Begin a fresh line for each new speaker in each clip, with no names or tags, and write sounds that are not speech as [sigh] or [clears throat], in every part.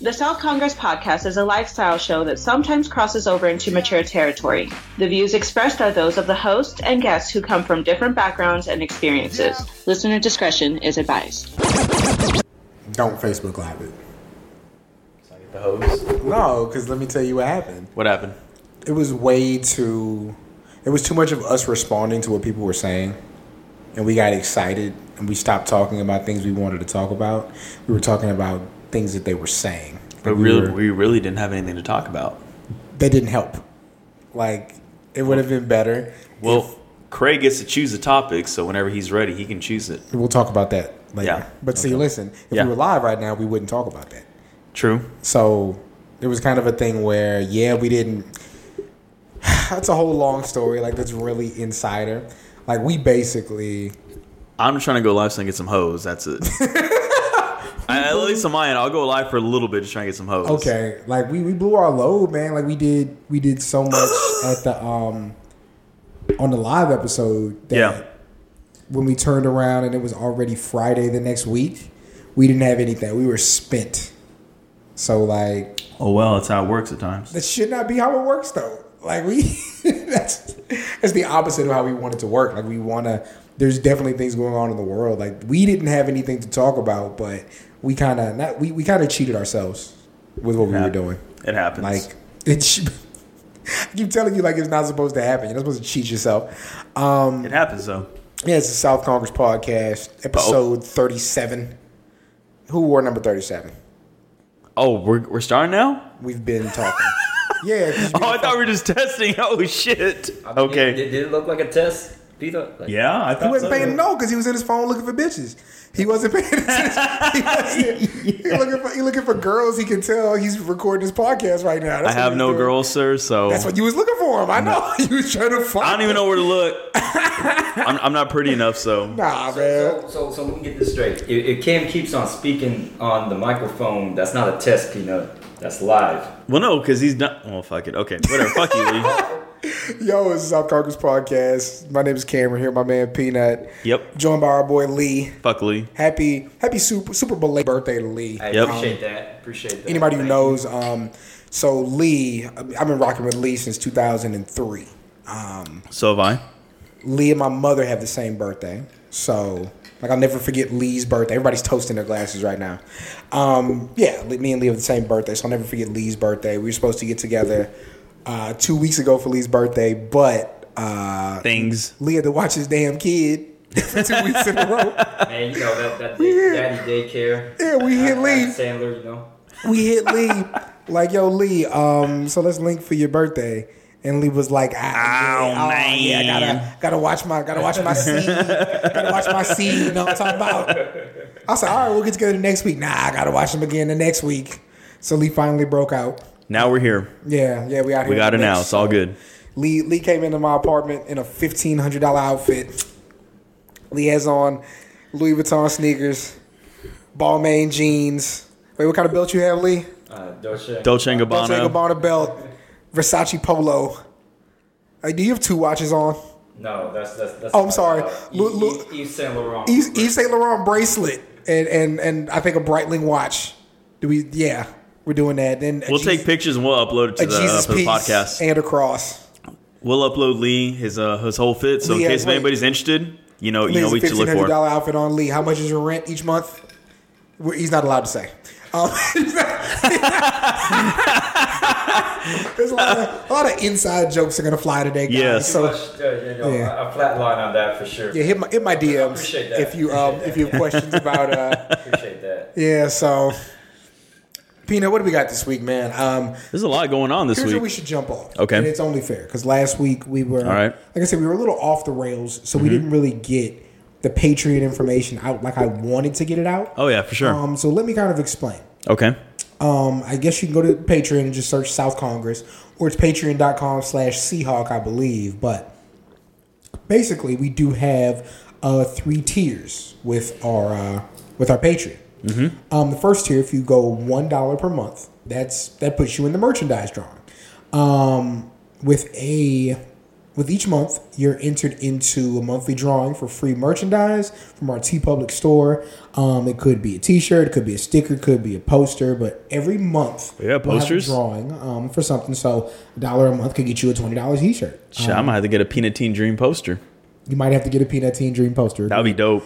The South Congress podcast is a lifestyle show that sometimes crosses over into mature territory. The views expressed are those of the host and guests who come from different backgrounds and experiences. Listener discretion is advised.
Don't Facebook Live it.
So I get the hose.
No, because let me tell you what happened.
What happened?
It was way too. It was too much of us responding to what people were saying, and we got excited and we stopped talking about things we wanted to talk about. We were talking about things that they were saying.
But
we
really,
were-
we really didn't have anything to talk about.
they didn't help. Like it would have been better.
Well, Craig gets to choose the topic, so whenever he's ready, he can choose it.
We'll talk about that later.
Yeah.
But see, listen, if
Yeah.
we were live right now, we wouldn't talk about that.
True.
So it was kind of a thing where, yeah, we didn't. That's a whole long story. Like that's really insider. Like we basically
I'm just trying to go live so I can get some hose. That's [laughs] it. I, at least on my end, I'll go live for a little bit just trying to get some hose.
okay. Like we we blew our load, man. Like we did we did so much at the um on the live episode that
Yeah.
when we turned around and it was already Friday the next week, we didn't have anything. We were spent. So like
Oh well, that's how it works at times.
that should not be how it works though. Like we [laughs] that's that's the opposite of how we want it to work. Like we wanna there's definitely things going on in the world. Like we didn't have anything to talk about, but we kinda not we, we kinda cheated ourselves with what we
Yeah.
were doing.
It happens.
Like it sh- [laughs] I keep telling you like it's not supposed to happen. You're not supposed to cheat yourself. Um
it happens though.
yeah, it's the South Congress Podcast, episode thirty seven. Who wore number thirty seven?
Oh, we're we're starting now.
We've been
[laughs]
talking. yeah, 'cause you-
Oh, I thought we were just [laughs] testing. Oh shit.
Did,
Okay.
did it look like a test? Do you thought, like,
Yeah, I thought
He wasn't
so.
paying no because he was in his phone looking for bitches. He wasn't paying attention. [laughs] He wasn't. He
[laughs]
looking for he looking for girls. He can tell he's recording his podcast right now. That's
I
what
have
he's
no
doing.
girls, sir. So
That's what you was looking for him. I know. [laughs] You was trying to find.
I don't even know where to look. I'm, I'm not pretty enough, so
[laughs] Nah, man.
So, so, so let me get this straight. If, if Cam keeps on speaking on the microphone, that's not a test, Peanut. That's live.
well, no, because he's not. Well, fuck it. Okay, whatever. fuck
[laughs]
you, Lee.
Yo, it's South Congress Podcast. My name is Cameron here. My man Peanut.
Yep.
Joined by our boy Lee.
Fuck Lee.
Happy happy super super belated birthday to Lee.
I
Yep.
appreciate that. Appreciate that.
Anybody who
Thank
knows, um, so Lee, I've been rocking with Lee since 2003.
So have I.
Lee and my mother have the same birthday. So, like, I'll never forget Lee's birthday. Everybody's toasting their glasses right now. Um, yeah, Lee- me and Lee have the same birthday, so I'll never forget Lee's birthday. We were supposed to get together uh, two weeks ago for Lee's birthday, but uh,
Things.
Lee had to watch his damn kid [laughs] for two weeks in a row.
you. Man, you know that,
[laughs]
that
Yeah. [laughs]
daddy daycare. Uh,
Yeah, we hit
Adam
Lee.
Sandler, you know.
We hit Lee, like, yo, Lee, um, so let's link for your birthday. And Lee was like, ah, yeah,
Oh,
oh, yeah, I
man.
gotta, gotta watch my, gotta watch my seed, gotta watch my seed. You know what I'm talking about? I said, all right, we'll get together next week. Nah, I gotta watch him again the next week. So Lee finally broke out.
Now we're here.
Yeah, yeah, we out here.
We got it
next,
now. It's all
so.
good.
Lee Lee came into my apartment in a fifteen hundred dollar outfit. Lee has on Louis Vuitton sneakers, Balmain jeans. Wait, what kind of belt you have, Lee?
Uh, Dolce.
Dolce and
Dolce
Gabbana.
Gabbana belt, Versace polo. Hey, do you have two watches on?
No, that's that's that's.
Oh, I'm sorry.
Uh,
Lu-
Yves-
Lu-
Yves Saint Laurent.
Yves, Yves Saint Laurent bracelet and and and I think a Breitling watch. Do we? Yeah, we're doing that. And a
We'll
Jeez-
take pictures and we'll upload it
a
to the, uh,
Jesus
for the
piece
podcast.
and a cross.
We'll upload Lee his uh, his whole fit. So
Lee has
in case if
weight.
anybody's interested, you know you
Lee's
know
a
what to
fifteen
look
hundred
for.
dollar outfit on Lee. How much is your rent each month? Well, He's not allowed to say. Um, [laughs] there's a lot, of, a lot of inside jokes are gonna fly today, guys.
Yes.
Too
So
much, uh, you know,
Yeah.
a, a flat line on that for sure.
yeah, hit my hit my DMs
Appreciate that.
if you um
Appreciate
if you have questions about uh
Appreciate that.
yeah. So, Pina, what do we got this week, man? Um,
There's a lot going on this
here's where we
week.
should jump off.
Okay.
and it's only fair because last week we were,
right. Mm-hmm.
like I said, we were a little off the rails, so we didn't really get the Patriot information out like I wanted to get it out.
Oh yeah, for sure.
Um, so let me kind of explain.
Okay.
Um, I guess you can go to Patreon and just search South Congress, or it's patreon.com slash Seahawk, I believe. But basically, we do have uh, three tiers with our uh, with our Patreon. Mm-hmm. Um, the first tier, if you go one dollar per month, that's that puts you in the merchandise drawing, um, with a With each month, you're entered into a monthly drawing for free merchandise from our T Public store. Um, it could be a T-shirt, it could be a sticker, it could be a poster. But every month,
Yeah,
we'll have a
posters.
drawing um, for something. So a dollar a month could get you a twenty dollars T-shirt.
Shit, I might have to get a Peanut Teen Dream poster.
You might have to get a Peanut Teen Dream poster.
That would be dope.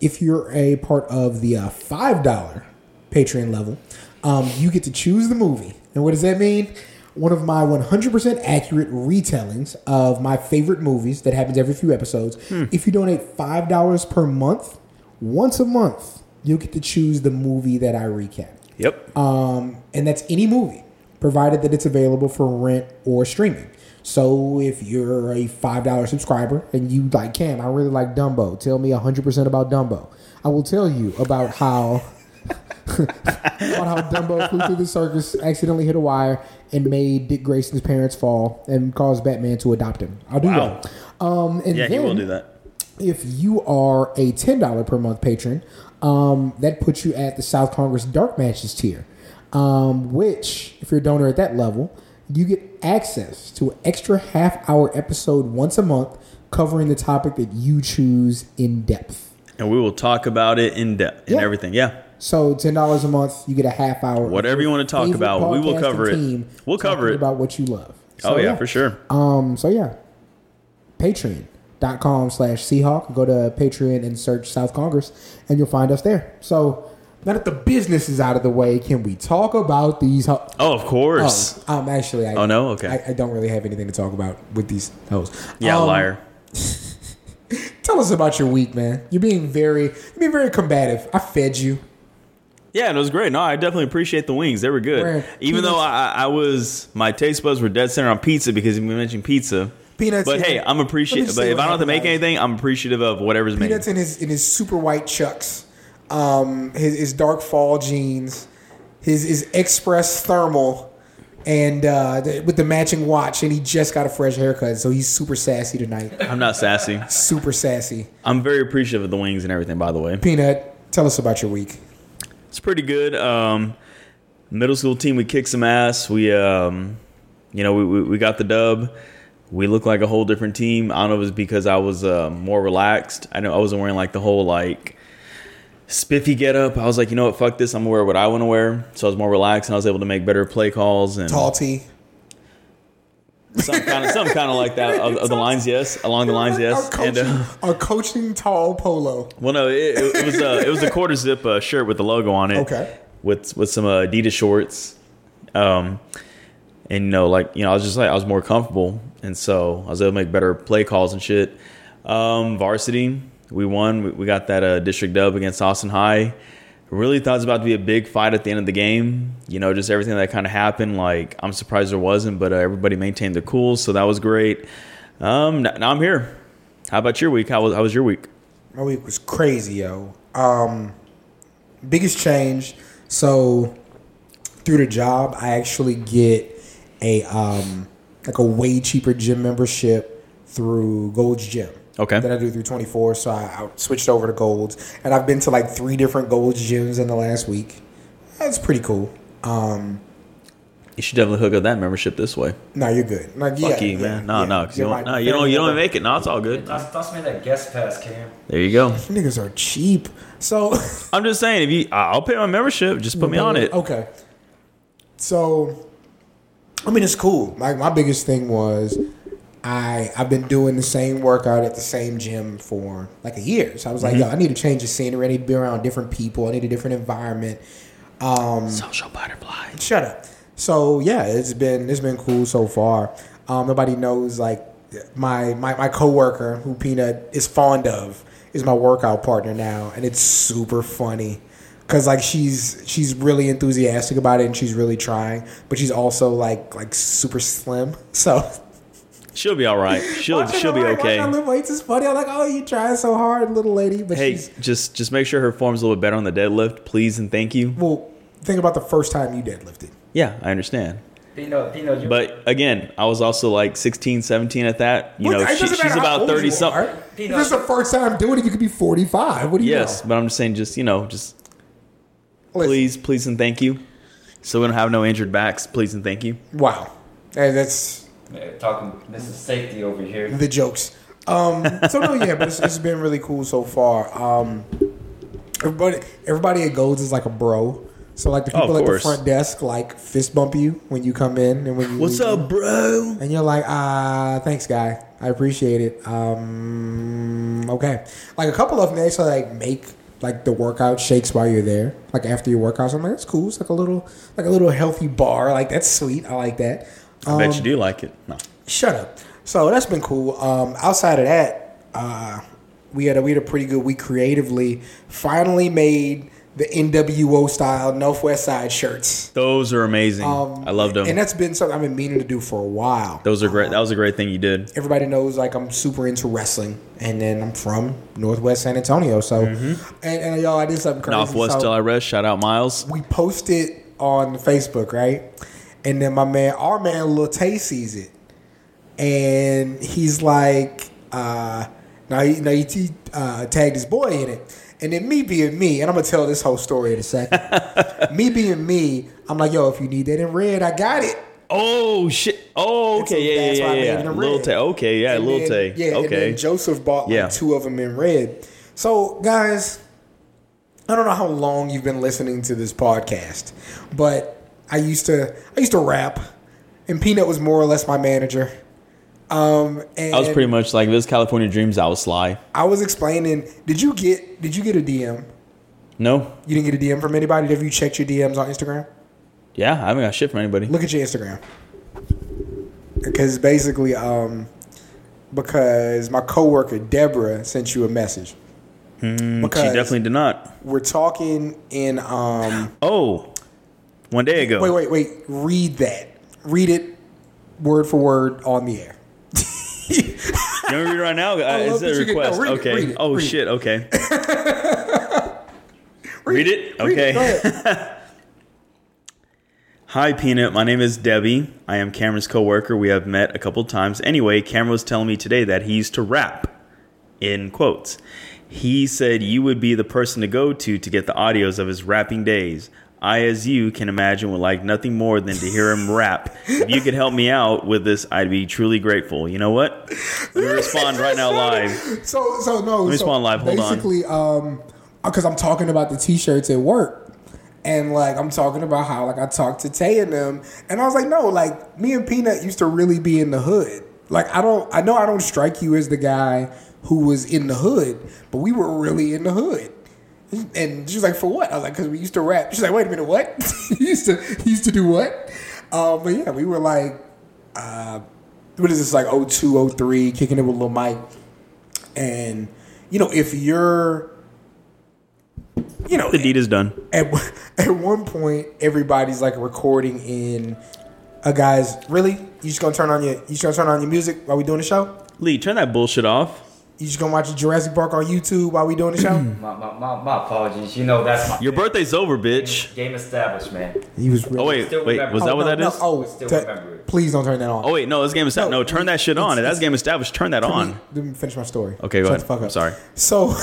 if you're a part of the uh, five dollar Patreon level, um, you get to choose the movie. And what does that mean? One of my 100% accurate retellings of my favorite movies that happens every few episodes. If you donate five dollars per month, once a month, you'll get to choose the movie that I recap.
Yep.
Um, and that's any movie, provided that it's available for rent or streaming. So if you're a five dollar subscriber and you like Cam, I really like Dumbo. Tell me hundred percent about Dumbo. I will tell you about how [laughs] about how Dumbo flew through the circus, accidentally hit a wire, and made Dick Grayson's parents fall and caused Batman to adopt him. I'll do
Wow.
that. Um, and
yeah, he will
then-
do that.
if you are a ten dollar per month patron, um, that puts you at the South Congress Dark Matches tier. Um, which, if you're a donor at that level, you get access to an extra half hour episode once a month covering the topic that you choose in depth.
And we will talk about it in depth and
Yeah.
everything. Yeah.
So ten dollars a month, you get a half hour. of
Whatever
your
you wanna talk
favorite
about, we will
podcasting
cover it.
team
We'll cover
talking
it.
about what you love.
oh
So,
yeah, for sure.
Um, so yeah, patreon.com slash Seahawk. Go to Patreon and search South Congress, and you'll find us there. So now that the business is out of the way, can we talk about these? Ho-
Oh, of course.
oh, um, actually, I,
Oh, no? Okay.
I, I don't really have anything to talk about with these hoes.
yeah,
Um,
liar.
Tell us about your week, man. You're being very, you're being very combative. I fed you.
Yeah, and it was great. No, I definitely appreciate the wings. They were good.
Right.
Even though I, I was my taste buds were dead center on pizza because we mentioned pizza.
Peanuts,
But
yeah.
hey, I'm
Let me
appreciative.
see
But if
what
I don't have to make
happened.
anything, I'm appreciative of whatever's made.
Peanuts in his in his super white chucks, um, his his dark fall jeans, his his express thermal, and uh, the, with the matching watch. And he just got a fresh haircut, so he's super sassy tonight. [laughs]
I'm not sassy.
super sassy.
I'm very appreciative of the wings and everything. By the way,
Peanut, tell us about your week.
it's pretty good. Um, middle school team, we kicked some ass. We, um, you know, we, we, we got the dub. We look like a whole different team. I don't know if it was because I was uh, more relaxed. I know I wasn't wearing like the whole like spiffy getup. I was like, you know what, fuck this. I'm gonna wear what I want to wear. So I was more relaxed and I was able to make better play calls and
Tall T.
some kind of some kind of like that of, of the lines. Yes, along the lines. Yes,
Our coaching,
uh,
our coaching tall polo.
Well, no, it, it, it was a it was a quarter zip uh, shirt with the logo on it.
Okay.
With with some uh, Adidas shorts, um, and you know, like you know, I was just like I was more comfortable, and so I was able to make better play calls and shit. Um, varsity, we won. We, we got that uh, district dub against Austin High. Really thought it was about to be a big fight at the end of the game. You know, just everything that kind of happened. Like I'm surprised there wasn't, but uh, everybody maintained their cool, so that was great. Um, n- now I'm here. How about your week? How was how was your week?
My week was crazy, yo. Um, biggest change. So through the job, I actually get a um like a way cheaper gym membership through Gold's Gym.
Okay.
That I do through 24. So I, I switched over to Gold's, and I've been to like three different Gold's gyms in the last week. That's pretty cool. Um,
You should definitely hook up that membership this way.
no, you're good. Like,
Fuck
yeah,
you,
yeah,
man. No,
yeah.
no, 'cause you
You're
don't,
my
no, you don't, you don't
favorite.
make it. No, it's all good.
Toss, toss me that guest pass, Cam.
There you go.
Niggas are cheap. So. [laughs]
I'm just saying, if you, I- I'll pay my membership. Just put me on it.
Okay. So, I mean, it's cool. Like my biggest thing was, I I've been doing the same workout at the same gym for like a year. So I was
Mm-hmm.
like, yo, I need to change the scenery. I need to be around different people. I need a different environment.
Social butterfly.
Shut up. So yeah, it's been it's been cool so far. Um, nobody knows like my my my coworker who Peanut is fond of is my workout partner now, and it's super funny because like she's she's really enthusiastic about it and she's really trying, but she's also like like super slim. [laughs] So
She'll be all right. She'll, she'll be
Like, watching her
okay.
lift weights is funny. I'm like, oh, you trying so hard, little lady, but
Hey,
she's
just, just make sure her form's a little bit better on the deadlift, please and thank you.
well. Think about the first time you deadlifted.
Yeah, I understand.
Pino, Pino, you.
But again, I was also like 16, 17 at that. You
Look,
know,
it
she,
doesn't matter
she's
how
about
old
30
you are.
something.
If this is the first time doing it, you could be 45. What do you
Yes,
know?
but I'm just saying, just you know, just
Listen,
please, please and thank you. So we don't have no injured backs. Please and thank you.
Wow. Hey, that's
Yeah, Uh, talking Mrs. Safety over here.
the jokes. Um, so no, yeah, but it's, it's been really cool so far. Um, everybody, everybody at Golds is like a bro. So like the
Oh, of
people at the
course.
front desk like fist bump you when you come in and when you
What's
leave.
up, bro?
and you're like, ah, thanks, guy, I appreciate it. Um, okay, like a couple of them they actually like make like the workout shakes while you're there. Like after your workouts, I'm like, that's cool. It's like a little like a little healthy bar. Like that's sweet. I like that. Uh,
I
Um,
bet you do like it. No.
Shut up. So that's been cool. Um, outside of that, uh, we had a we had a pretty good week creatively. Finally made the NWO style Northwest Side shirts. Um,
Those are amazing. I loved them.
and that's been something I've been meaning to do for a while.
Those are great. That was a great thing you did.
Everybody knows like I'm super into wrestling, and then I'm from Northwest San Antonio. So, and, and y'all, I did something crazy.
Northwest
So-
till I rest. Shout out Miles.
we post it on Facebook, right? And then my man, our man Lil Tay sees it, and he's like, uh, "Now, he, now he he, uh, tagged his boy in it." And then me being me, and I'm gonna tell this whole story in a second. me being me, I'm like, "Yo, if you need that in red, I got it."
Oh shit. Oh
so
okay.
that's
Yeah
why I
yeah
made
yeah.
it
yeah.
a
Lil
red.
Tay. Okay yeah.
And
Lil
then-
Tay.
Yeah, and
okay.
then Joseph bought like
Yeah.
two of them in red. So, guys, I don't know how long you've been listening to this podcast, but I used to I used to rap, and Peanut was more or less my manager. Um, and
I was pretty much like this California Dreams. I was sly.
I was explaining. Did you get Did you get a DM?
No.
You didn't get a DM from anybody. Have you checked your DMs on Instagram?
Yeah. I haven't got shit from anybody.
Look at your Instagram. Because basically, um, because my coworker Deborah sent you a message.
Hmm, she definitely did not.
We're talking in.
[sighs]
Um,
Oh. One day ago.
wait, wait, wait. Read that. Read it word for word on the air.
You want me to read it right
[laughs]
now? Uh,
love
is
that
it a
you get- no,
request?
read it,
okay.
read it,
oh
read it.
shit.
[laughs]
Okay. read it. Okay.
Go
[laughs]
ahead.
Hi, Peanut. My name is Debbie. I am Cameron's coworker. We have met a couple times. Anyway, Cameron was telling me today that he used to rap. In quotes. He said you would be the person to go to to get the audios of his rapping days. I, as you can imagine, would like nothing more than to hear
[laughs]
him rap. If you could help me out with this, I'd be truly grateful. You know what? Let me respond right now live.
[laughs] So, so no.
me
so
spawn live. Hold on.
basically, um, because I'm talking about the t-shirts at work, and like I'm talking about how like I talked to Tay and them, and I was like, no, like me and Peanut used to really be in the hood. Like I don't, I know I don't strike you as the guy who was in the hood, but we were really in the hood. And she was like, for what? I was like, because we used to rap. She's like, wait a minute, what? [laughs] you used to you used to do what? Um, but yeah, we were like, uh, what is this like? 02, 03, kicking it with Lil Mike. And you know, if you're, you know,
The deed is done.
at [laughs] at one point everybody's like recording in. Uh, guys, really? You just gonna turn on your you just gonna turn on your music while we doing the show?
Lee, turn that bullshit off.
You just gonna watch Jurassic Park on YouTube while we doing the show?
My, my, my, my apologies. You know that's my
Your birthday's over, bitch.
game established, man.
[clears throat] he was really.
Oh wait,
Still
wait,
remember.
was
Oh,
that what
no,
that is?
no, Oh,
We still
ta-
remember it.
please don't turn that on.
Oh wait, no, this game is
No,
no. Turn that shit
it's-
on.
it's-
That's game established. Turn that on.
Let me finish my story.
Okay,
Shut
go ahead.
the fuck up.
I'm sorry.
So [laughs]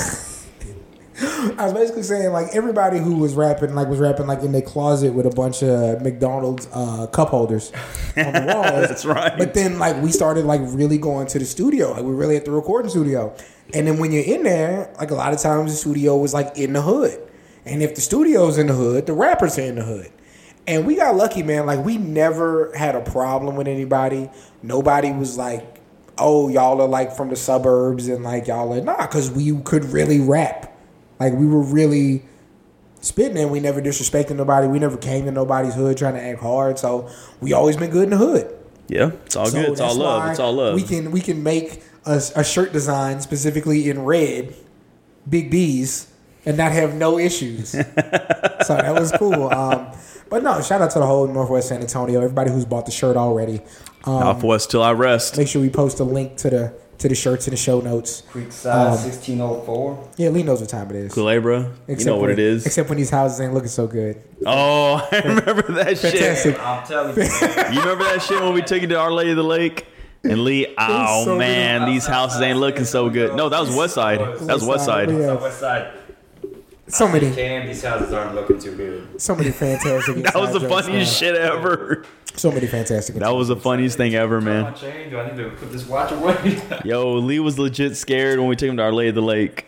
I was basically saying like everybody who was rapping like was rapping like in their closet with a bunch of McDonald's uh, cup holders on
[laughs]
the walls.
That's right.
But then like we started like really going to the studio. Like we really at the recording studio. And then when you're in there, like a lot of times the studio was like in the hood. And if the studio's in the hood, the rappers are in the hood. And we got lucky, man. Like we never had a problem with anybody. Nobody was like, "Oh, y'all are like from the suburbs," and like y'all are nah, because we could really rap. Like we were really spitting, and we never disrespected nobody. We never came to nobody's hood trying to act hard. So we always been good in the hood.
Yeah, it's all
So
Oh, good. It's all
that's
love.
why
It's all love.
We can we can make a, a shirt design specifically in red, big B's, and not have no
[laughs]
issues. so that was cool. Um, but no, shout out to the whole Northwest San Antonio. Everybody who's bought the shirt already. Um,
Off west till I rest.
make sure we post a link to the to the shirts in the show notes.
Quick size
Um,
1604.
Yeah, Lee knows what time it is.
Culebra. You know what
when,
it is.
Except when these houses ain't looking so good.
Oh, [laughs] I remember that shit.
Fantastic.
I'm telling
[laughs]
you, man,
You remember that shit when we took you to Our Lady of the Lake? And Lee, oh
so
man, these houses ain't looking so good. No, that was West Side. That was West Side.
Yeah.
West Side.
So many,
Cam, these houses aren't looking too good.
so many fantastic.
[laughs] That was
inside
the
jokes,
funniest
man.
shit ever.
So many fantastic.
That was the funniest thing ever,
My
man.
chain, do I need to put this watch away? [laughs]
Yo, Lee was legit scared when we took him to Our Lady of the Lake.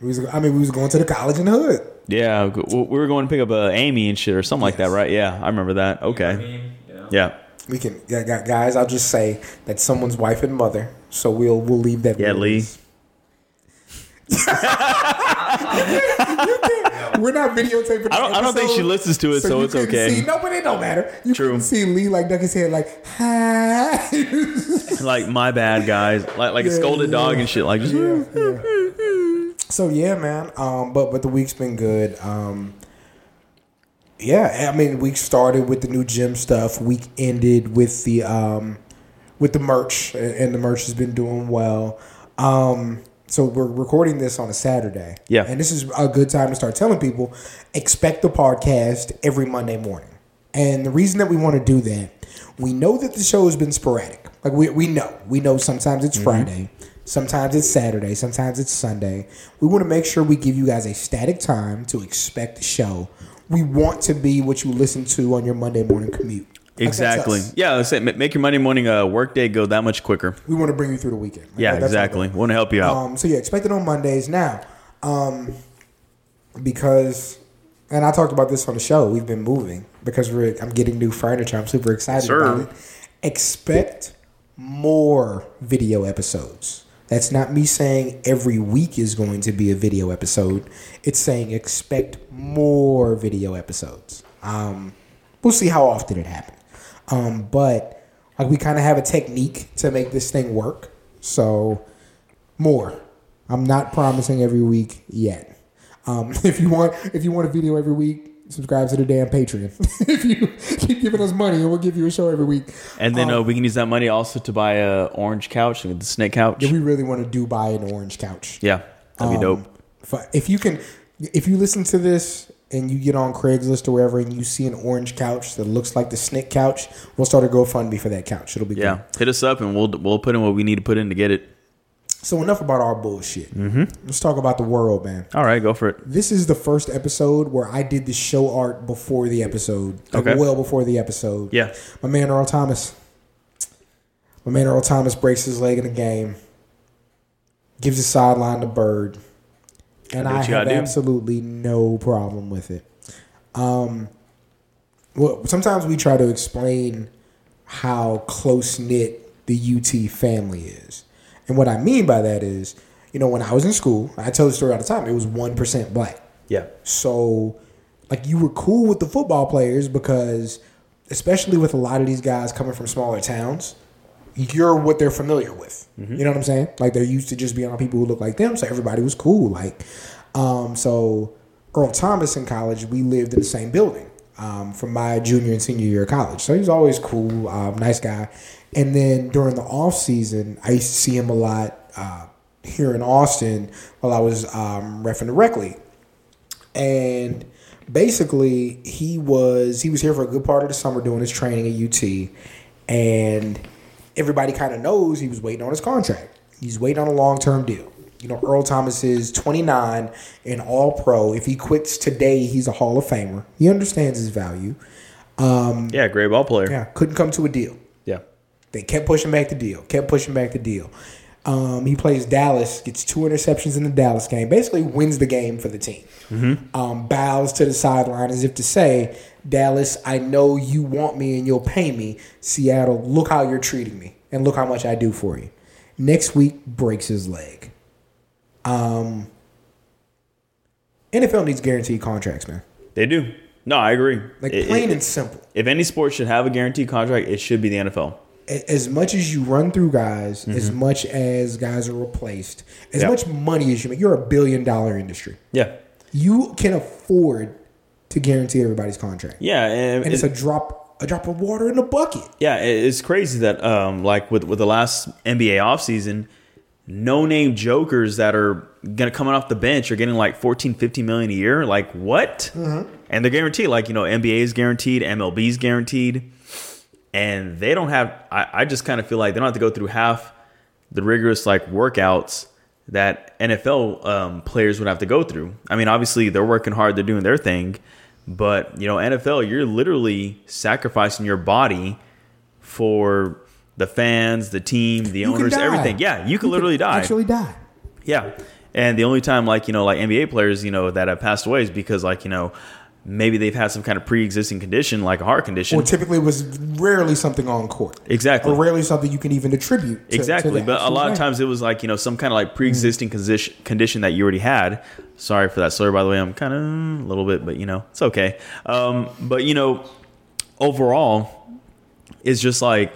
We was, I mean, we was going to the college in the hood.
Yeah, we we were going to pick up uh, Amy and shit or something like that,
Yes.
right? Yeah, I remember that.
I
Okay.
mean, you know.
Yeah.
We can, yeah, gu- guys. I'll just say that someone's wife and mother. So we'll we'll leave that.
Yeah, Lee.
[laughs] We're not videotaping.
I don't- I don't think she
episode,
listens to it, so
you
it's
couldn't
okay.
See, no, but it don't matter. You
True.
couldn't see Lee like duck his head like hi. [laughs]
Like, my bad, guys. Like, like a
Yeah,
scolded
yeah.
dog and shit. Like, just.
Yeah, yeah. So yeah, man. Um, but but the week's been good. Um, yeah, I mean, week started with the new gym stuff. Week ended with the um, with the merch, and and the merch has been doing well. Um, so we're recording this on a Saturday.
Yeah.
and this is a good time to start telling people expect the podcast every Monday morning. And the reason that we want to do that, we know that the show has been sporadic. Like we we know, we know sometimes
Mm-hmm.
it's Friday, sometimes it's Saturday, sometimes it's Sunday. We want to make sure we give you guys a static time to expect the show. We want to be what you listen to on your Monday morning commute. Like, that's
Exactly.
us.
Yeah, let's say ma- make your Monday morning uh, work day go that much quicker.
We want to bring you through the weekend. Like,
Yeah,
that- that's our
exactly. Want to help you out.
Um, so yeah, expect it on Mondays now, um, because, and I talked about this on the show. We've been moving because we're. I'm getting new furniture. I'm super excited
Sir.
about it. Expect more video episodes. That's not me saying every week is going to be a video episode. It's saying expect more video episodes. Um, we'll see how often it happens. Um, but like we kind of have a technique to make this thing work. So more. I'm not promising every week yet. Um, [laughs] if you want, if you want a video every week, subscribe to the damn Patreon. [laughs] if you keep giving us money, and we'll give you a show every week.
and then
um,
uh, we can use that money also to buy a orange couch, like the snake couch.
Yeah,
Yeah,
we really want to do buy an orange couch.
that'd be
Um,
dope.
fi- If you can, if you listen to this and you get on Craigslist or wherever, and you see an orange couch that looks like the Snick couch, we'll start a GoFundMe for that couch. It'll be
Yeah,
Great.
hit us up and we'll we'll put in what we need to put in to get it.
So enough about our bullshit. Mm-hmm. Let's talk about the world, man.
All right, go for it.
This is the first episode where I did the show art before the episode, like
Okay.
well before the episode.
Yeah,
My man Earl Thomas. My man Earl Thomas breaks his leg in a game, gives a sideline to Bird, and
Gotta do
I
what you
have
gotta do.
absolutely no problem with it. Um, well, sometimes we try to explain how close knit the UT family is, and what I mean by that is, you know, when I was in school, I tell the story all the time. It was one percent black.
yeah,
So, like, you were cool with the football players because, especially with a lot of these guys coming from smaller towns, you're what they're familiar with. You know what I'm saying? Like, they're used to just being on people who look like them. So, everybody was cool. Like, um, so Earl Thomas in college, we lived in the same building um, from my junior and senior year of college. So, he was always cool, um, nice guy. And then during the off season, I used to see him a lot. Uh, here in Austin, while I was um, refing the rec league, and basically he was he was here for a good part of the summer doing his training at UT, and everybody kind of knows he was waiting on his contract. He's waiting on a long term deal. You know, Earl Thomas is 29 and all pro. If he quits today, he's a Hall of Famer. He understands his value.
yeah. Great ball player.
Yeah, couldn't come to a deal.
yeah.
They kept pushing back the deal, kept pushing back the deal. Um, he plays Dallas, gets two interceptions in the Dallas game, basically wins the game for the team.
Mm-hmm.
Um, bows to the sideline as if to say, Dallas, I know you want me and you'll pay me. Seattle, look how you're treating me and look how much I do for you. Next week, breaks his leg. Um, NFL needs guaranteed contracts, man.
They do. No, I agree.
Like,
It-
plain
it-
and simple.
if any sport should have a guaranteed contract, it should be the NFL.
a- as much as you run through guys, as
Mm-hmm.
much as guys are replaced, as
Yeah.
much money as you make, you're a billion dollar industry.
Yeah,
You can afford to guarantee everybody's contract,
yeah, and,
and it's
it-
a drop a drop of water in a bucket.
yeah. it- It's crazy that um, like with with the last NBA offseason, no name jokers that are gonna coming off the bench are getting like 14, 15 million a year. Like what? And they're guaranteed. Like you know, NBA is guaranteed, MLB is guaranteed, and they don't have. I, I just kind of feel like they don't have to go through half the rigorous like workouts that NFL um, players would have to go through. I mean, obviously they're working hard, they're doing their thing, but you know, NFL, you're literally sacrificing your body for the fans, the team, the
You could
owners,
die.
everything. Yeah, you could literally die.
Actually die.
Yeah. And the only time like, you know, like NBA players, you know, that have passed away is because like, you know, maybe they've had some kind of pre existing condition, like a heart condition.
Well, typically it was rarely something on court,
exactly.
or rarely something you can even attribute. to- to the
exactly. but a
actual Mm.
lot of
thing.
times it was like, you know, some kind of like pre existing condition condition that you already had. Sorry for that slur, by the way. I'm kind of a little bit, but you know, it's okay. Um, but you know, overall, it's just like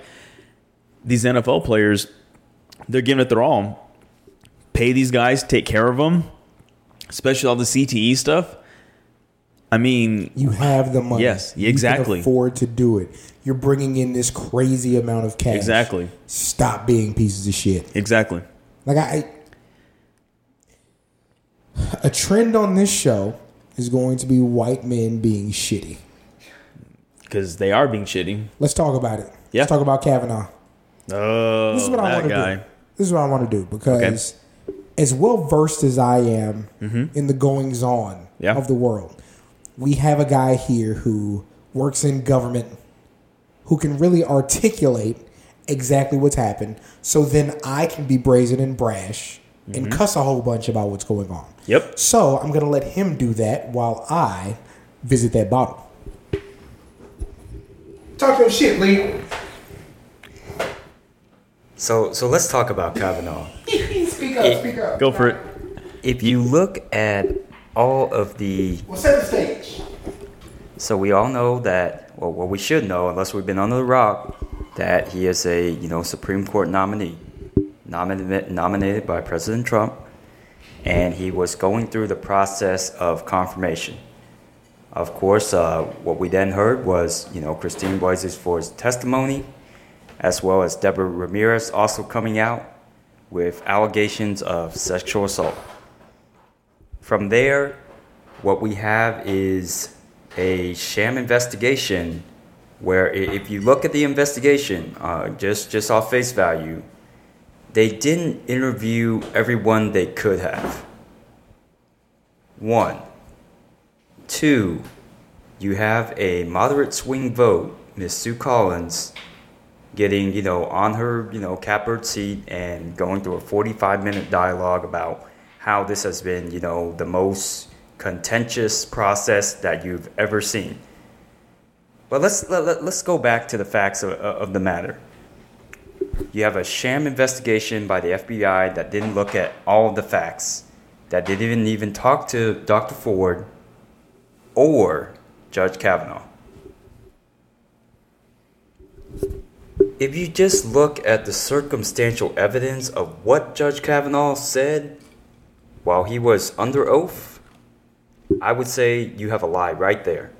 these NFL players, they're giving it their all. Pay these guys, take care of them, especially all the CTE stuff. I mean,
you have the money.
Yes,
You can
exactly.
afford to do it. You're bringing in this crazy amount of cash.
exactly,
Stop being pieces of shit.
exactly.
Like I, a trend on this show is going to be white men being shitty.
Because they are being shitty.
Let's talk about it.
Yeah.
Let's talk about Kavanaugh.
Oh,
This is what I
that
want
guy.
to do. This is what I want to do because, as well versed as I am in the goings on
Mm-hmm. Yeah.
of the world, we have a guy here who works in government who can really articulate exactly what's happened. So then I can be brazen and brash
Mm-hmm.
and cuss a whole bunch about what's going on.
Yep.
So I'm going to let him do that while I visit that bottle. Talk your shit, Lee.
So so let's talk about Kavanaugh.
speak up,
It-
speak up.
Go for it.
If you look at all of the
Well, set the stage.
So we all know that, well, what we should know, unless we've been under the rock, that he is a you know Supreme Court nominee, nominated nominated by President Trump, and he was going through the process of confirmation. Of course, uh, what we then heard was you know Christine Blasey Ford's testimony, as well as Deborah Ramirez also coming out with allegations of sexual assault. From there, what we have is a sham investigation where i- if you look at the investigation uh, just just off face value they didn't interview everyone they could have one two you have a moderate swing vote miss sue collins getting you know on her you know catbird seat and going through a 45 minute dialogue about how this has been you know the most contentious process that you've ever seen but let's let, let, let's go back to the facts of, of the matter you have a sham investigation by the FBI that didn't look at all the facts that didn't even talk to Dr. Ford or Judge Kavanaugh If you just look at the circumstantial evidence of what Judge Kavanaugh said while he was under oath, I would say you have a lie right there.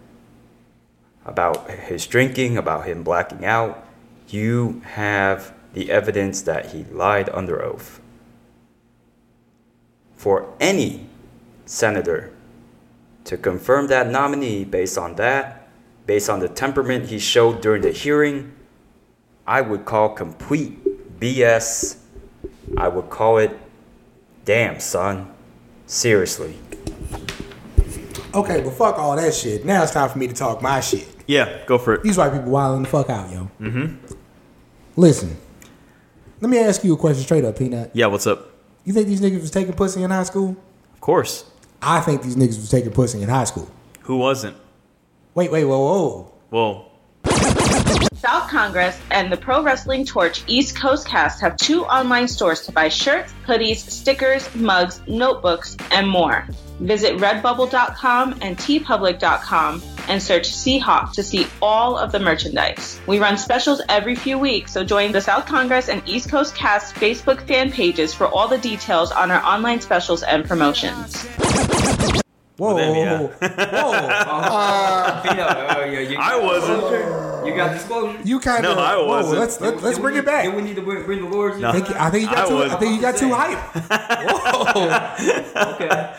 About his drinking, about him blacking out, you have the evidence that he lied under oath. For any senator to confirm that nominee based on that, based on the temperament he showed during the hearing, I would call complete BS. I would call it, damn, son. Seriously.
Okay, but fuck all that shit. Now it's time for me to talk my shit.
Yeah, go for it.
These white people wilding the fuck out, yo. Mm-hmm. Listen, let me ask you a question straight up, Peanut.
Yeah, what's up?
You think these niggas was taking pussy in high school?
Of course.
I think these niggas was taking pussy in high school.
Who wasn't?
Wait, wait, whoa, whoa.
Well,
South Congress and the Pro Wrestling Torch East Coast Cast have two online stores to buy shirts, hoodies, stickers, mugs, notebooks, and more. Visit redbubble.com and tpublic.com and search Seahawk to see all of the merchandise. We run specials every few weeks, so join the South Congress and East Coast Cast Facebook fan pages for all the details on our online specials and promotions.
Whoa,
Well, then,
whoa,
[laughs]
whoa.
uh,
I wasn't.
Oh, You got disclosure.
You kind
No,
of.
I wasn't.
Let's, let, let's bring it back.
we need to bring, the Lord's.
No.
I think, I think you got
I
too. I
wasn't.
think you got too hype. Whoa. [laughs]
Okay.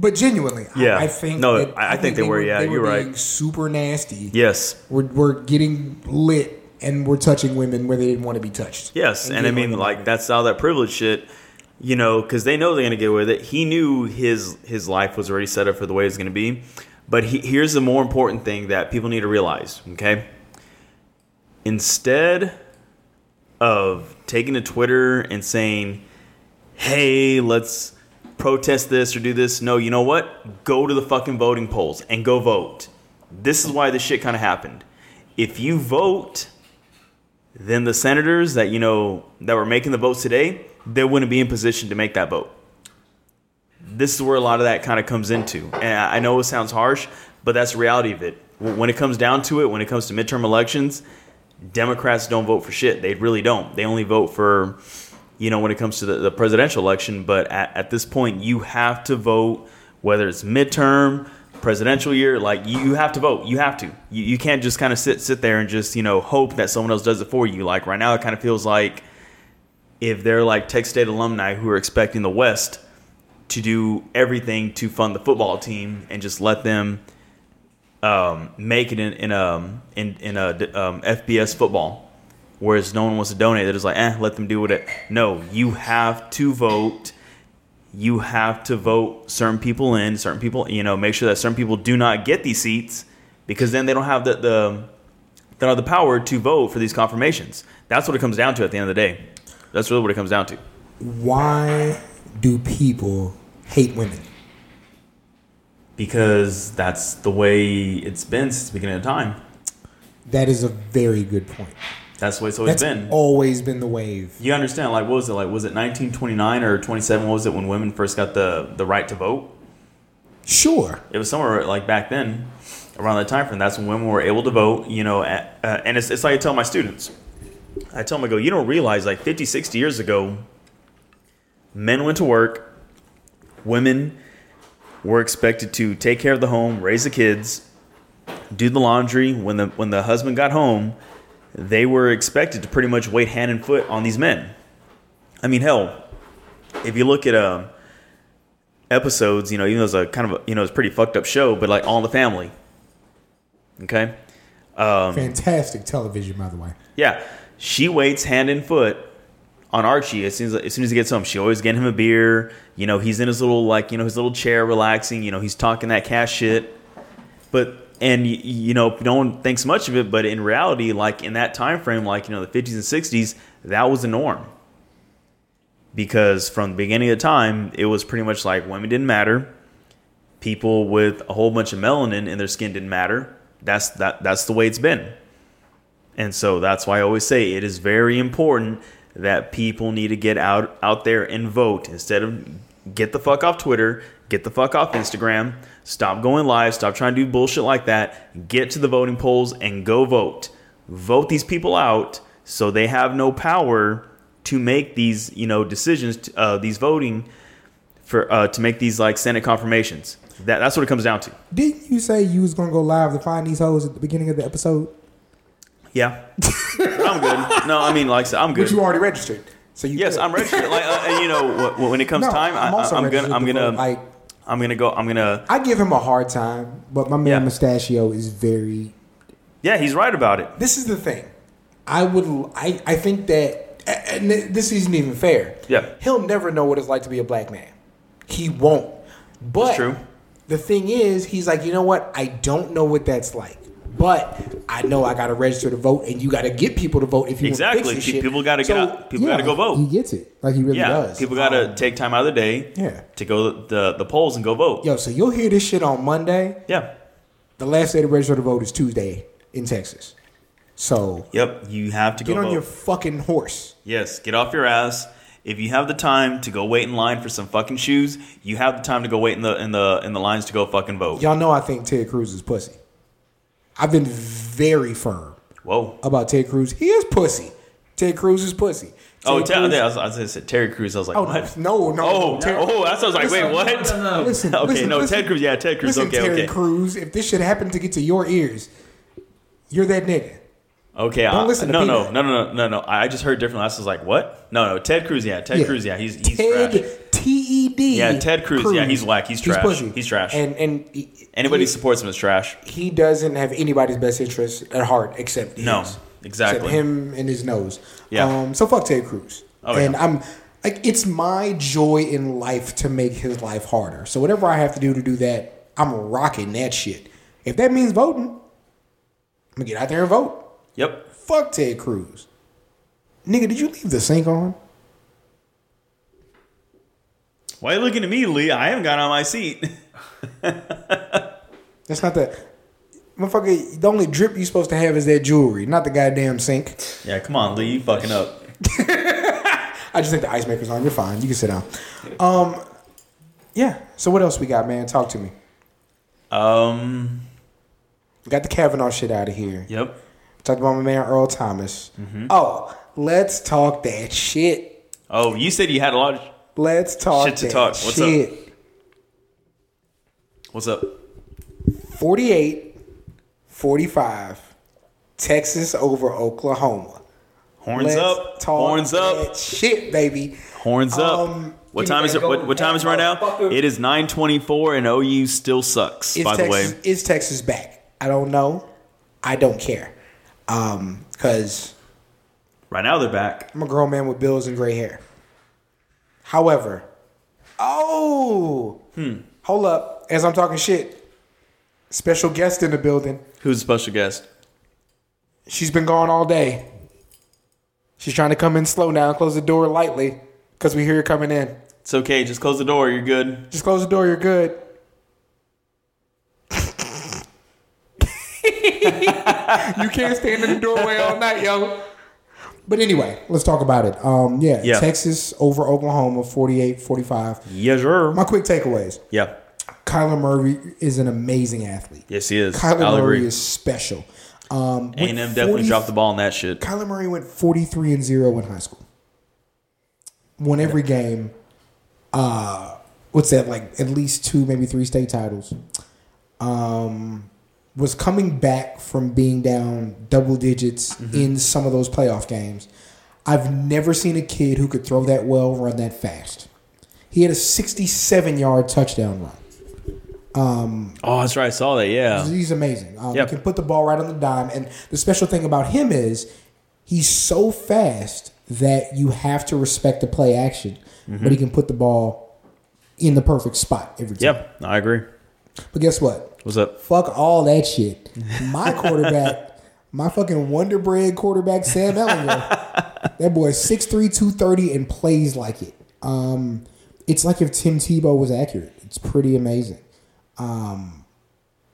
But genuinely, I-
Yeah.
I, think
No,
that-
I- I think they were- yeah,
they
you're right.
being Super nasty.
Yes.
We're, we're getting lit and we're touching women where they didn't want to be touched.
Yes. And I
giving
mean,
them-
like, that's all that privilege shit. you know, because they know they're going to get away with it. He knew his his life was already set up for the way it's going to be. But he, here's the more important thing that people need to realize. Okay, instead of taking to Twitter and saying, "Hey, let's protest this or do this," no, you know what? Go to the fucking voting polls and go vote. This is why this shit kind of happened. If you vote then the senators that you know that were making the votes today, they wouldn't be in position to make that vote. This is where a lot of that kind of comes into, and I I know it sounds harsh, but that's the reality of it. W- When it comes down to it, when it comes to midterm elections, Democrats don't vote for shit. They really don't. They only vote for, you know, when it comes to the, the presidential election. But at, at this point, you have to vote, whether it's midterm, presidential year, like you, you have to vote. You have to. You, you can't just kind of sit sit there and just, you know, hope that someone else does it for you. Like right now, it kind of feels like if they're like Tech State alumni who are expecting the West to do everything to fund the football team and just let them um, make it in in um in in a um, FBS football, whereas no one wants to donate. They're just like, eh, let them do it. No, you have to vote. You have to vote certain people in, certain people. You know, make sure that certain people do not get these seats because then they don't have the the they don't have the power to vote for these confirmations. That's what it comes down to at the end of the day. That's really what it comes down to.
Why do people hate women?
Because that's the way it's been since the beginning of time.
That is a very good point.
That's the way it's always
That's
been.
always been the wave.
You understand? Like, what was it? Like, was it 1929 or 27? What was it when women first got the the right to vote?
Sure.
It was somewhere like back then, around that time frame. That's when women were able to vote. You know, at, uh, and it's it's like I tell my students, I tell them, I go, you don't realize like 50, 60 years ago, men went to work, women were expected to take care of the home, raise the kids, do the laundry. When the when the husband got home, they were expected to pretty much wait hand and foot on these men. I mean, hell, if you look at um, episodes, you know, even though it's a kind of a, you know it's a pretty fucked up show, but like All in the Family, okay, Um,
Fantastic television, by the way.
yeah, she waits hand and foot on Archie as soon as, as soon as he gets home. She always getting him a beer. You know, he's in his little like you know his little chair, relaxing. You know, he's talking that cash shit. But and y- you know, no one thinks much of it. But in reality, like in that time frame, like you know, the fifties and sixties, that was the norm. Because from the beginning of time, it was pretty much like women didn't matter. People with a whole bunch of melanin in their skin didn't matter. That's that. That's the way it's been. And so that's why I always say it is very important that people need to get out out there and vote instead of get the fuck off Twitter, get the fuck off Instagram, stop going live, stop trying to do bullshit like that, get to the voting polls and go vote. Vote these people out so they have no power to make these, you know, decisions uh, these voting for uh, to make these like Senate confirmations. That, that's what it comes down to.
Didn't you say you was gonna go live to find these hoes at the beginning of the episode?
Yeah. I'm good. No, I mean like I said, I'm good.
But you already registered, so you
Yes,
good.
I'm registered. Like, uh, and you know, wh- wh- when it comes
No,
time, I,
I'm
I'm,
also
I'm
registered
gonna, I'm
to
gonna,
vote, like-
I'm gonna go. I'm gonna.
I give him a hard time, but my man
Yeah.
Mustachio is very.
Yeah, he's right about it.
This is the thing. I would. I. I think that, and this isn't even fair.
Yeah.
He'll never know what it's like to be a black man. He won't. But
true.
The thing is, he's like, you know what? I don't know what that's like. But I know I got to register to vote, and you got to get people to vote if you
Exactly.
Want to fix this
Pe-
shit.
people gotta get out- people gotta go vote.
He gets it. Like he really
Yeah,
does.
people gotta
Um,
take time out of the day.
Yeah.
to go to the the polls and go vote.
Yo, so you'll hear this shit on Monday.
Yeah.
The last day to register to vote is Tuesday in Texas. So
Yep. You have to go
get on
vote.
your fucking horse.
yes. Get off your ass. If you have the time to go wait in line for some fucking shoes, you have the time to go wait in the in the in the lines to go fucking vote.
Y'all know I think Ted Cruz is pussy. I've been very firm
Whoa.
about Ted Cruz. He is pussy. Ted Cruz is pussy. Ted
Oh, Ter-
Cruz-
yeah, I was, I was gonna say Terry Crews. I was like,
Oh,
what?
no, no, no,
Oh,
no,
Ter-
Ter-
oh, that sounds like,
Listen,
wait, what?
Listen,
[laughs] okay,
listen,
no,
listen.
Ted Cruz. Yeah, Ted Cruz.
Listen,
okay,
Terry
okay,
Cruz, if this shit happened to get to your ears, you're that nigga.
Okay, I,
listen to
no, no,
Peanut.
no, no, no, no, no. I I just heard different. I was like, what? No, no. Ted Cruz, yeah, Ted Cruz, yeah, he's he's trash.
Ted T E D.
Yeah, Ted Cruz, yeah, he's whack, he's trash,
pussy.
he's trash.
And and he-
Anybody
he-
supports him is trash.
he doesn't have anybody's best interest at heart except
No,
his.
exactly.
except him and his nose.
Yeah.
Um, so fuck Ted Cruz.
Oh,
and
yeah.
I'm like it's my joy in life to make his life harder. So whatever I have to do to do that, I'm rocking that shit. If that means voting, I'm gonna get out there and vote.
Yep.
Fuck Ted Cruz. Nigga, did you leave the sink on?
Why are you looking at me, Lee? I haven't got on my seat. [laughs]
That's not the motherfucker. The only drip you supposed to have is that jewelry, not the goddamn sink.
yeah, come on, Lee. You fucking up.
I just think the ice maker's on. You're fine. You can sit down. Um, yeah. So what else we got, man? Talk to me.
Um.
We got the Kavanaugh shit out of here.
Yep.
Talked about my man Earl Thomas.
Mm-hmm.
Oh, let's talk that shit.
Oh, you said you had a lot. Of,
Let's talk
Shit to
that
talk. What's up?
shit.
what's up?
48, 45, Texas over Oklahoma.
Horns
Let's
up.
talk
Horns
that
up.
shit, baby.
Horns
Um,
up. What
give
time
me
is
that
it? What,
golden
what time is it right
hat,
now?
motherfucker.
It is 9:24, and OU still sucks.
Is
by
Texas,
the way,
is Texas back? I don't know. I don't care. Um, cause
right now they're back.
I'm a grown man with bills and gray hair. However, oh, hold up. As I'm talking shit, special guest in the building.
Who's the special guest?
She's been gone all day. She's trying to come in slow now. Close the door lightly, cause we hear her coming in.
It's okay. Just close the door. You're good.
Just close the door. You're good. you can't stand in the doorway all night, yo. But anyway, let's talk about it. Um, yeah,
Yeah.
Texas over Oklahoma, 48-45.
Yeah, sure.
My quick takeaways:
Yeah.
Kyler Murray is an amazing athlete.
Yes, he is.
Kyler
I'll
Murray
agree.
is special. Um,
A&M definitely dropped the ball on that shit.
Kyler Murray went 43 and 0 in high school. Won every game. Uh, what's that? Like at least two, maybe three state titles. Um, was coming back from being down double digits in some of those playoff games. I've never seen a kid who could throw that well, run that fast. He had a 67 yard touchdown run.
Oh, that's right. I saw that. Yeah.
He's amazing. Um,
Oh. Yep.
He can put the ball right on the dime. And the special thing about him is he's so fast that you have to respect the play action,
Mm-hmm.
but he can put the ball in the perfect spot every time.
Yep. I agree.
But guess what?
What's up?
Fuck all that shit. My quarterback, [laughs] my fucking Wonder Bread quarterback, Sam Ellinger,
[laughs]
that boy is 6'3, 230 and plays like it. Um, it's like if Tim Tebow was accurate. It's pretty amazing. Um,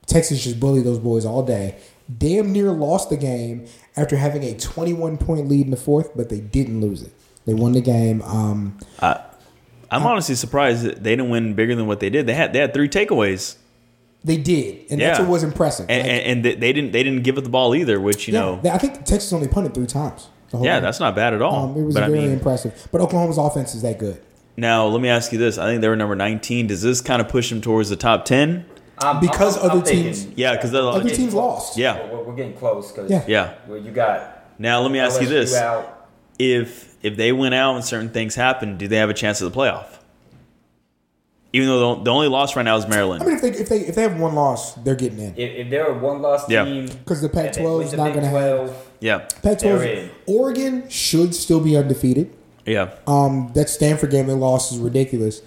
Texas just bullied those boys all day. Damn near lost the game after having a 21 point lead in the fourth, but they didn't lose it. They won the game. Um,
I'm honestly surprised that they didn't win bigger than what they did. They had they had three takeaways,
they did, and that's
Yeah.
what was impressive.
and,
Like,
and, and they- they didn't they didn't give it the ball either, which you
yeah,
know,
I think Texas only punted three times. the whole
yeah,
game.
that's not bad at all.
Um, it was
but I
very
mean,
impressive. But Oklahoma's offense is that good
now let me ask you this: I think they were number 19. Does this kind of push them towards the top 10?
I'm,
because
I'm- I'm
other
thinking-
teams,
Yeah, because
other
they're
teams lost.
yeah,
We're, we're getting close because
Yeah.
yeah.
Well, you got.
Now let me ask you
LSU
this:
out.
if if they went out and certain things happened, do they have a chance at the playoff? Even though the- the only loss right now is
I
Maryland.
mean, if they if they if they have one loss, they're getting in
If, if they're a one loss
Yeah.
team,
because the
and they
Pac-12
win
is
the
not
Big
going to have
12,
Yeah,
Pac-12.
They're in.
Oregon should still be undefeated.
yeah.
Um, that Stanford game they lost is ridiculous.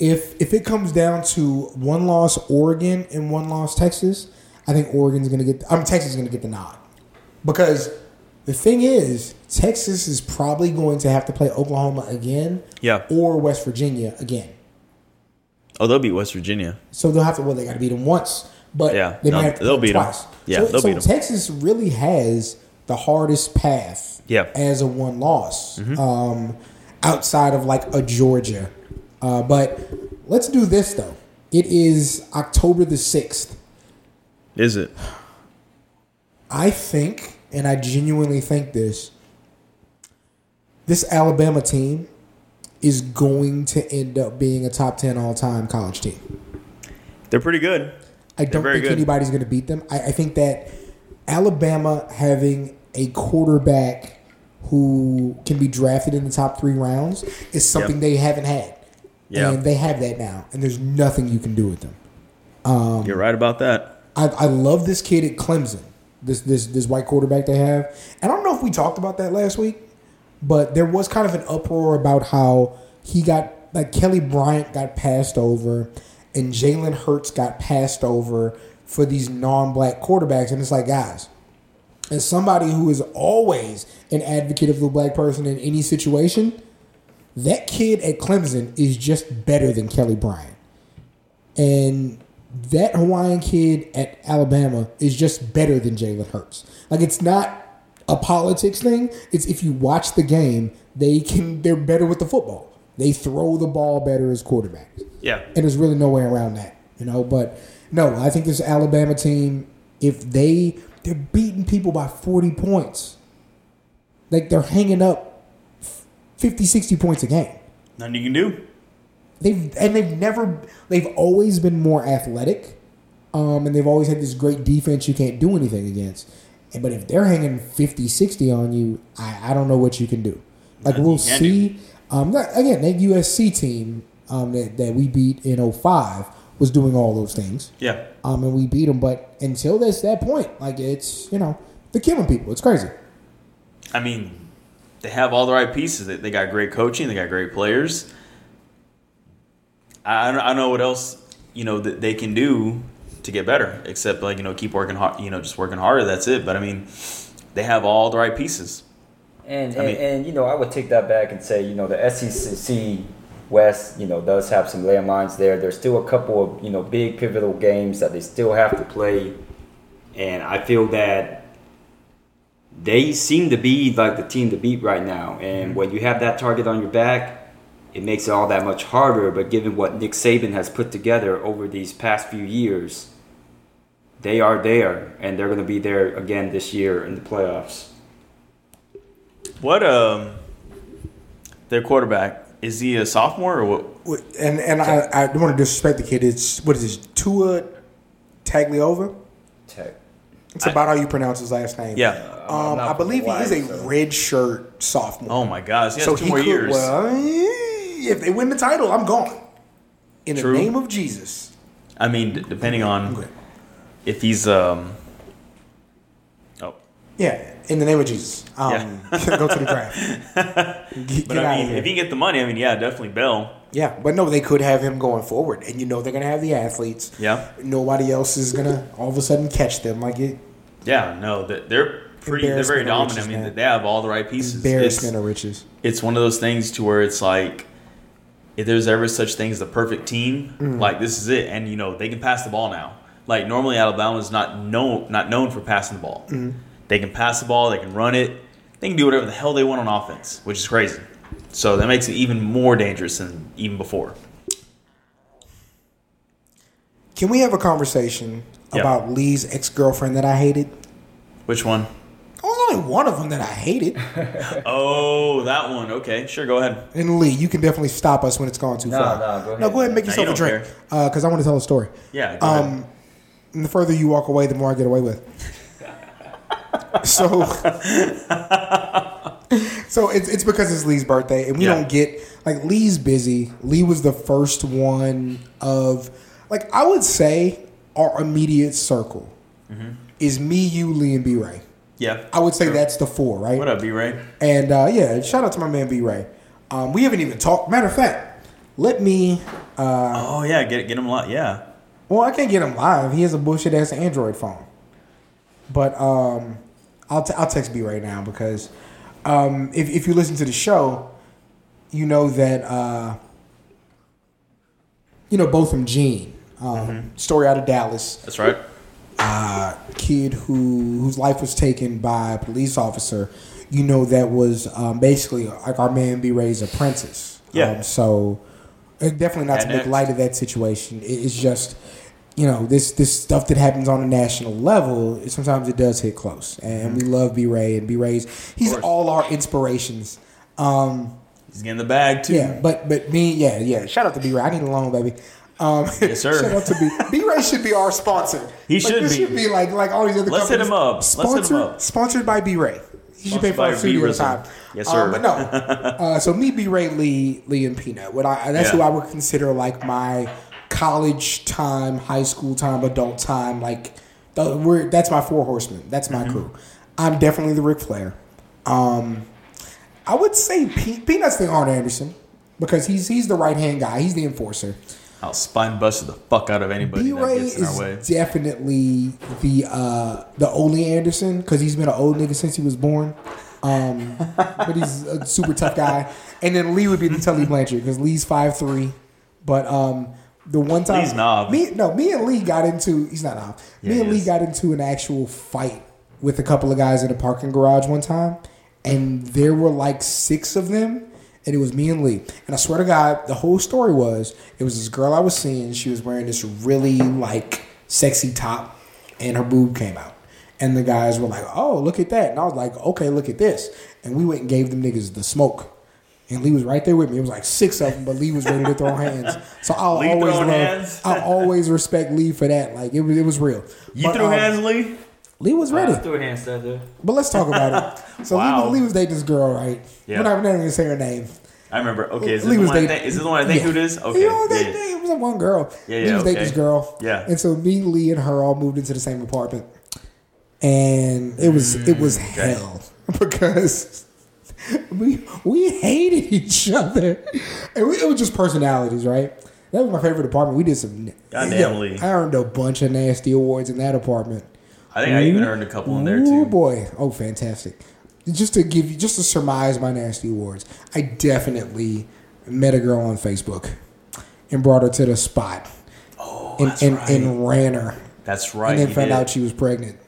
If if it comes down to one loss Oregon and one loss Texas, I think Oregon's going to get. I'm mean, Texas is going to get the nod because the thing is Texas is probably going to have to play Oklahoma again,
Yeah.
or West Virginia again.
Oh, they'll beat West Virginia.
So they'll have to. Well, they got to beat them once, but
Yeah,
they
no,
might have to
they'll
play
beat 'em.
twice.
Yeah,
so,
they'll
so
beat 'em.
Texas really has the hardest path.
Yeah. Mm-hmm.
as a one loss, um, outside of like a Georgia. Uh, but let's do this though. It is October the sixth.
Is it?
I think, and I genuinely think this, this Alabama team is going to end up being a top ten all time college team.
They're pretty good.
I don't
very
think
good.
anybody's going to beat them. I, I think that Alabama having a quarterback who can be drafted in the top three rounds is something
Yep.
they haven't had.
Yeah.
And they have that now, and there's nothing you can do with them.
You're right about that.
I, I love this kid at Clemson, this, this, this white quarterback they have. And I don't know if we talked about that last week, But there was kind of an uproar about how he got like Kelly Bryant got passed over, and Jalen Hurts got passed over for these non-black quarterbacks, and it's like guys, as somebody who is always an advocate of the black person in any situation, that kid at Clemson is just better than Kelly Bryant. And that Hawaiian kid at Alabama is just better than Jalen Hurts. Like it's not a politics thing. It's if you watch the game, they can they're better with the football. They throw the ball better as quarterbacks.
Yeah.
And there's really no way around that, you know. But no, I think this Alabama team, if they they're beating people by 40 points, like they're hanging up 50, 60 points a game.
Nothing you can do.
They've and they've never they've always been more athletic, um, and they've always had this great defense you can't do anything against. And- But if they're hanging 50, 60 on you, I, I don't know what you can do. Like
Nothing
we'll
you can
see. Um, that, again, that USC team um, that, that we beat in 05 was doing all those things
Yeah.
um, and we beat them. But until this that point, like it's you know they're killing people. It's crazy.
I mean, they have all the right pieces. They, they got great coaching. They got great players. I I don't, I don't know what else you know that they can do to get better, except like you know keep working hard. You know, just working harder. That's it. But I mean, they have all the right pieces.
And,
I
and,
mean-
and you know, I would take that back and say, you know, the SEC West, you know, does have some landmines there. There's still a couple of, you know, big pivotal games that they still have to play. And I feel that they seem to be like the team to beat right now. And
Mm-hmm.
when you have that target on your back, it makes it all that much harder. But given what Nick Saban has put together over these past few years, they are there and they're going to be there again this year in the playoffs.
What um, their quarterback is he a sophomore or what?
And and I, I don't want to disrespect the kid. It's what is this Tua Tagliova?
Tech.
It's about how you pronounce his last name.
Yeah.
Um, I believe he is a red shirt sophomore.
Oh my gosh. He has two more
could.
years.
Well, if they win the title, I'm gone. In
True.
the name of Jesus.
I mean, d- depending on
Okay.
if he's um. Oh,
Yeah, in the name of Jesus. Um, [laughs] go to the draft.
[laughs]
Get,
but
get
I
outta
mean,
here.
if he can get the money, I mean, yeah, definitely Bell.
Yeah, but no, they could have him going forward, and you know they're gonna have the athletes.
Yeah.
nobody else is gonna all of a sudden catch them. Like it
Yeah, no, they- they're pretty. They're
Embarrassment
very
of
dominant. I
riches,
mean,
man.
they have all the right pieces. It's,
embarrassment of riches.
it's one of those things to where it's like, if there's ever such thing as the perfect team,
Mm-hmm.
like this is it. And you know, they can pass the ball now. Like normally, Alabama's not known not known for passing the ball.
Mm-hmm.
They can pass the ball. They can run it. They can do whatever the hell they want on offense, which is crazy. So that makes it even more dangerous than even before.
Can we have a conversation
Yeah.
about Lee's ex girlfriend that I hated?
Which one?
There was only one of them that I hated.
Oh, that one. Okay, sure. Go ahead.
and Lee, you can definitely stop us when it's gone too
No,
far.
no, go ahead.
No, go ahead and make
No,
yourself
you
a
don't
drink because I want to tell a story.
Yeah. Go ahead.
Um, and the further you walk away, the more I get away
[laughs]
with. so, so it's it's because it's Lee's birthday, and we
Yeah.
don't get like Lee's busy. Lee was the first one of like I would say our immediate circle
Mm-hmm.
is me, you, Lee, and B Ray.
Yeah.
I would say that's the four, right?
What up, B Ray?
And uh, yeah, shout out to my man B Ray. Um, we haven't even talked. Matter of fact, let me. Uh,
Oh yeah, get get him a lot. Yeah.
Well, I can't get him live. He has a bullshit ass Android phone. But um, I'll t- I'll text B right now because um, if if you listen to the show, you know that uh, you know both from Gene, um, story out of Dallas,
That's right.
uh, kid who whose life was taken by a police officer. You know that was um, basically like our man B Ray's apprentice.
Yeah.
Um, so and definitely not to
And
make
next.
light of that situation. It- It's just you know this this stuff that happens on a national level. it- Sometimes it does hit close, and we love B Ray and B Ray's. He's
Mm-hmm. course.
all our inspirations. Um,
He's getting the bag too.
yeah, but but me, yeah, yeah. Shout out to B Ray. I need a loan, baby. Um,
Yes, sir.
[laughs] Shout out to B. B Ray should be our sponsor.
He
Like,
should
this
be.
Should be like like all these other.
Let's hit
companies.
him up. Let's hit him
Sponsored,
up.
Sponsored by B Ray. He should pay
Sponsored
for our
by
studio
B-Rizzle.
time.
Yes,
Um,
sir.
but no. Uh, so me, B Ray, Lee, Lee, and Peanut. What I that's
Yeah.
who I would consider like my college time, high school time, adult time. Like the, we're, that's my four horsemen. That's my crew. I'm definitely the Ric Flair. Um, I would say Pe- Peanuts than Arn Anderson because he's he's the right hand guy. He's the enforcer.
I'll spine bust the fuck out of anybody
B
that
Ray
gets in our way.
is definitely the uh, the only Anderson because he's been an old nigga since he was born. Um, but he's a super tough guy. And then Lee would be the Tully Blanchard because Lee's five three. But um, the one time
Lee's knob.
me no me and Lee got into he's not knob.
he
me and Lee
is.
got into an actual fight with a couple of guys in a parking garage one time, and there were like six of them. And it was me and Lee. And I swear to God, the whole story was it was this girl I was seeing. She was wearing this really like sexy top, and her boob came out. And the guys were like, "Oh, look at that!" And I was like, "Okay, look at this." And we went and gave them niggas the smoke. And Lee was right there with me. It was like six of them, but Lee was ready to throw hands. So I'll
Lee
always
throwing
love,
hands?
I always respect Lee for that. Like it was, it was real.
You
But,
threw
um,
hands, Lee?
Lee was ready,
Threw hands down there.
but let's talk about
[laughs]
it. So Lee,
Wow.
was, Lee was dating this girl, right?
Yeah.
We're not, we're not gonna say her name.
I remember. Okay, is this,
Lee
the
was
one I
dating-
think, is this the one I think
Yeah.
who it is? Okay.
You know, they,
yeah.
they- it was a one girl.
Yeah,
Lee
yeah,
was dating
okay.
this girl.
Yeah.
And so me, Lee, and her all moved into the same apartment, and it was it was
Mm,
hell [laughs] because we we hated each other, and we, it was just personalities, right? That was my favorite apartment. We did some.
Goddamn,
yeah,
Lee.
I earned a bunch of nasty awards in that apartment.
I think I even earned a couple in there
Oh
too.
boy! Oh, fantastic! Just to give you, just to surmise my nasty awards, I definitely met a girl on Facebook and brought her to the spot and
Oh, that's
and,
right.
and ran her,
That's right.
and then
you
found
did.
out she was pregnant.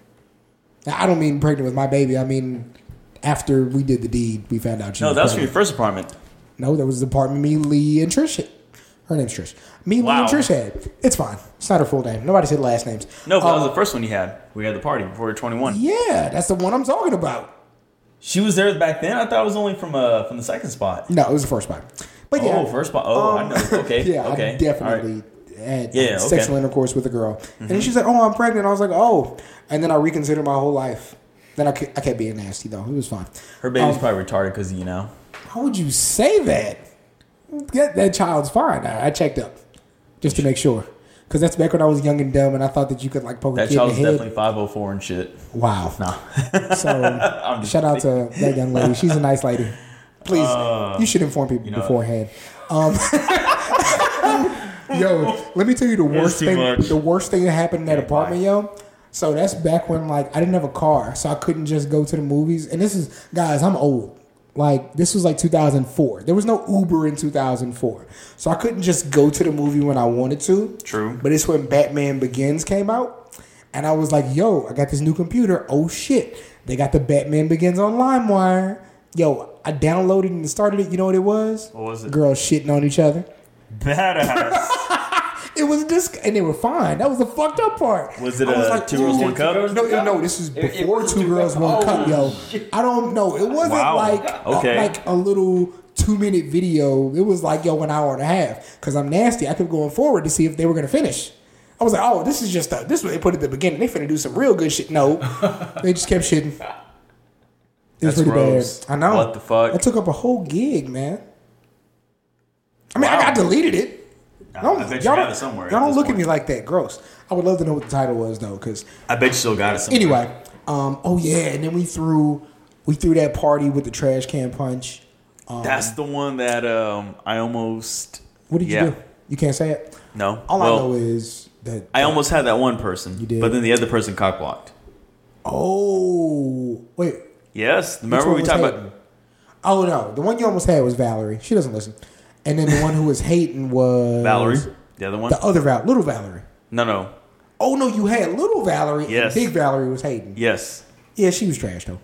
Now, I don't mean pregnant with my baby. I mean after we did the deed, we found out she.
no,
was
that was from your
pregnant.
first apartment.
no, that was the apartment me, Lee, and Trish. had. Her name's Trish. Me,
Wow.
Lee, and Trish had. It's fine. It's not her full name. Nobody said last names.
No, but that
Um,
was the first one you had. We had the party before you were 21.
yeah, that's the one I'm talking about.
She was there back then. I thought it was only from uh from the second spot.
No, it was the first spot. But yeah,
Oh, first spot. Oh, I
Um,
know.
[laughs]
Okay.
yeah, I
okay. All right.
definitely had
Yeah, okay. Mm-hmm.
sexual intercourse with a girl, and then she's like, "Oh, I'm pregnant." I was like, "Oh," and then I reconsidered my whole life. Then I kept, I kept being nasty though. It was fine.
Her baby's
Um,
probably retarded because you know.
How would you say that? That, that child's fine. I, I checked up just to make sure, because that's back when I was young and dumb, and I thought that you could like poke a
That
kid in the
child's
head.
definitely 504 and shit.
Wow.
No. [laughs]
So
just
shout out to that young lady. She's a nice lady. Please, you should inform people
Uh, know-
beforehand. Um, [laughs] yo, let me tell you the worst
too
thing.
much.
The worst thing that happened in that apartment, yo. So that's back when like I didn't have a car, so I couldn't just go to the movies. And this is guys, I'm old. Like this was like 2004. There was no Uber in 2004, so I couldn't just go to the movie when I wanted to.
True.
But it's when Batman Begins came out, and I was like, "Yo, I got this new computer. Oh shit, they got the Batman Begins on LimeWire." Yo, I downloaded and started it. You know what it was?
What was it?
Girls shitting on each other. [laughs]
Badass.
It was just, and they were fine. That was the fucked up part.
Was it
I
a two girls,
ooh.
one cup?
No, it- no, this is
it
before
was
two
two
girls,
cup.
one
Oh,
cup, yo. I don't know. It wasn't
Wow.
like
Okay.
a, like a little two minute video. It was like yo, an hour and a half. Because I'm nasty. I kept going forward to see if they were gonna finish. I was like, oh, this is just a, this is what they put at the beginning. They finna do some real good shit.
[laughs]
No, they just kept shitting. It was
That's
pretty
gross.
bad. I know.
What the fuck?
I took up a whole gig, man. I mean, I,
Wow.
got deleted it. Don't-
I bet you
y'all
have
don't-
it somewhere at
Y'all don't
this
look at
point.
me like that. Gross. I would love to know what the title was though, because
I bet you still got it somewhere.
anyway, um, oh yeah, and then we threw we threw that party with the trash can punch.
Oh, That's the one that um I almost.
What did you
yeah.
do? You can't say it.
No.
All
Well,
I know is that
I almost had that one person.
did.
But then the other person cockblocked.
oh wait, which
Yes. Remember
one
we
was
talked
hating?
about.
Oh no, the one you almost had was Valerie. She doesn't listen. And then the one who was hating was
Valerie, the other one.
the other Val, little Valerie.
no, no.
Oh no, you had little Valerie.
Yes.
and big Valerie was hating.
Yes.
Yeah, she was trash though.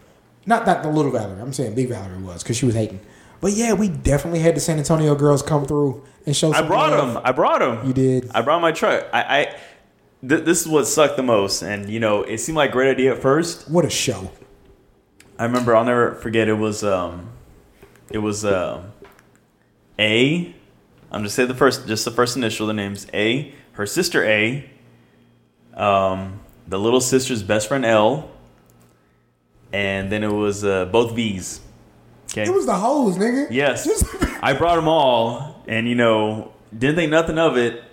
Not not the little Valerie. I'm saying big Valerie was because she was hating. But yeah, we definitely had the San Antonio girls come through and show.
I
some
brought
love.
him. I brought him.
You did.
I brought my truck. I. I th- this is what sucked the most, and you know, it seemed like a great idea at first.
What a show!
I remember, I'll never forget. It was, um, it was, um, A. I'm just say the first, just the first initial. The names A. Her sister A. Um, the little sister's best friend L. And then it was uh, both V's. Okay.
It was the hoes, nigga. [laughs]
Yes.
Just-
I brought them all, and you know, didn't think nothing of it.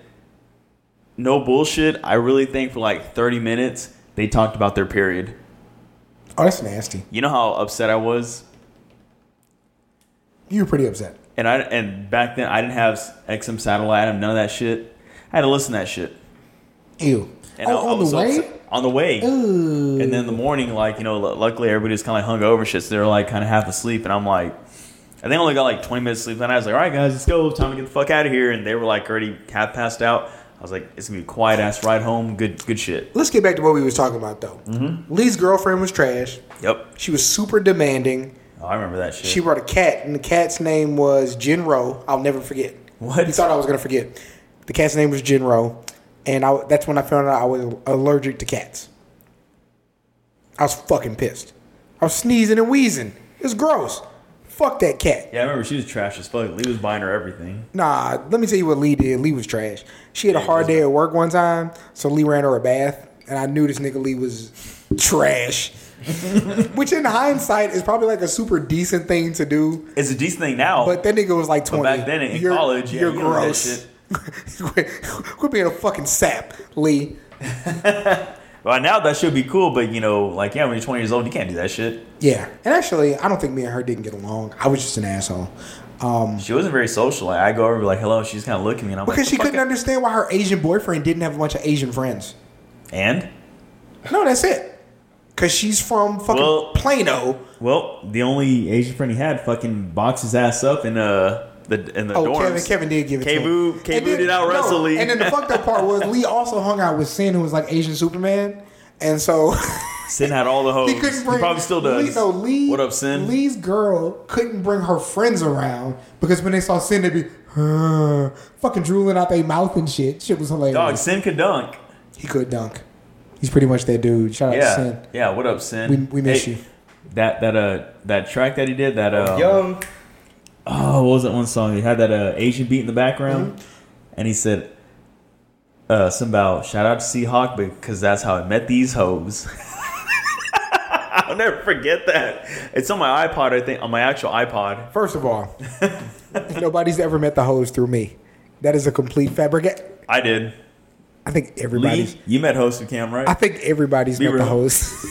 No bullshit. I really think for like 30 minutes, they talked about their period.
oh, that's nasty.
You know how upset I was?
You were pretty upset.
And I and back then I didn't have XM satellite. I didn't have none of that shit. I had to listen to that shit.
Ew.
And
oh,
I, I
on the
was so
way?
upset- on the way.
Ooh.
And then in the morning, like you know, lu- luckily everybody was kind of like hungover and shit, so they were like kind of half asleep. And I'm like, I think I only got like 20 minutes sleep. Then I was like, all right, guys, let's go. Time to get the fuck out of here. And they were like already half passed out. I was like, it's gonna be a quiet ass ride home. Good, good shit.
Let's get back to what we was talking about though.
Mm-hmm.
Lee's girlfriend was trash.
Yep,
She was super demanding.
oh, I remember that shit.
She brought a cat, and the cat's name was Jinro. I'll never forget.
What?
You thought I was gonna forget? The cat's name was Jinro, and I, that's when I found out I was allergic to cats. I was fucking pissed. I was sneezing and wheezing. It's gross. Fuck that cat.
yeah, I remember she was trash as fuck. Lee was buying her everything.
Nah, let me tell you what Lee did. Lee was trash. She had a hard day at work one time, so Lee ran her a bath, and I knew this nigga Lee was trash. Which in hindsight is probably like a super decent thing to do,
It's a decent thing now.
but that nigga was like twenty.
back then in college, yeah,
you're
you don't do that
gross. Quit [laughs] quit being a fucking sap, Lee.
Well, now that should be cool, but you know, like, yeah, when you're 20 years old, you can't do that shit.
Yeah, and actually, I don't think me and her didn't get along. I was just an asshole um,
She wasn't very social. Like, I go over, like, hello, she's kind of looking at me, and I'm
because
like,
she
"Fuck
couldn't
it."
understand why her Asian boyfriend didn't have a bunch of Asian friends.
And?
No, that's it. Cause she's from fucking
Well-
Plano.
Well, the only Asian friend he had fucking boxed his ass up in uh the in the
Oh,
dorms.
Kevin, Kevin did give it to
Kevu-
him.
Kevu
And then-
did out wrestle Lee.
And then the fucked up part was Lee also hung out with Sin, who was like Asian Superman, and so
[laughs]
[laughs]
Sin had all the hoes.
he
He,
couldn't bring.
probably still does.
Lee, no, Lee.
what up, Sin?
Lee's girl couldn't bring her friends around because when they saw Sin, they'd be "Huh," fucking drooling out their mouth and shit. Shit was hilarious.
Dog, Sin could dunk.
He could dunk. He's pretty much that dude. Shout out
Yeah,
to Sin.
yeah. What up, Sin?
We- we miss you.
That that uh that track that he did that uh
Young.
oh what was that one song he had that uh Asian beat in the background
Mm-hmm.
and he said uh something about shout out to Seahawk because that's how I met these hoes. [laughs] I'll never forget that. It's on my iPod, I think, on my actual iPod.
First of all, [laughs] nobody's ever met the hoes through me. That is a complete fabric.
I did.
I think everybody's.
Lee, you met host of Cam, right?
I think everybody's
Be
met the
real.
host.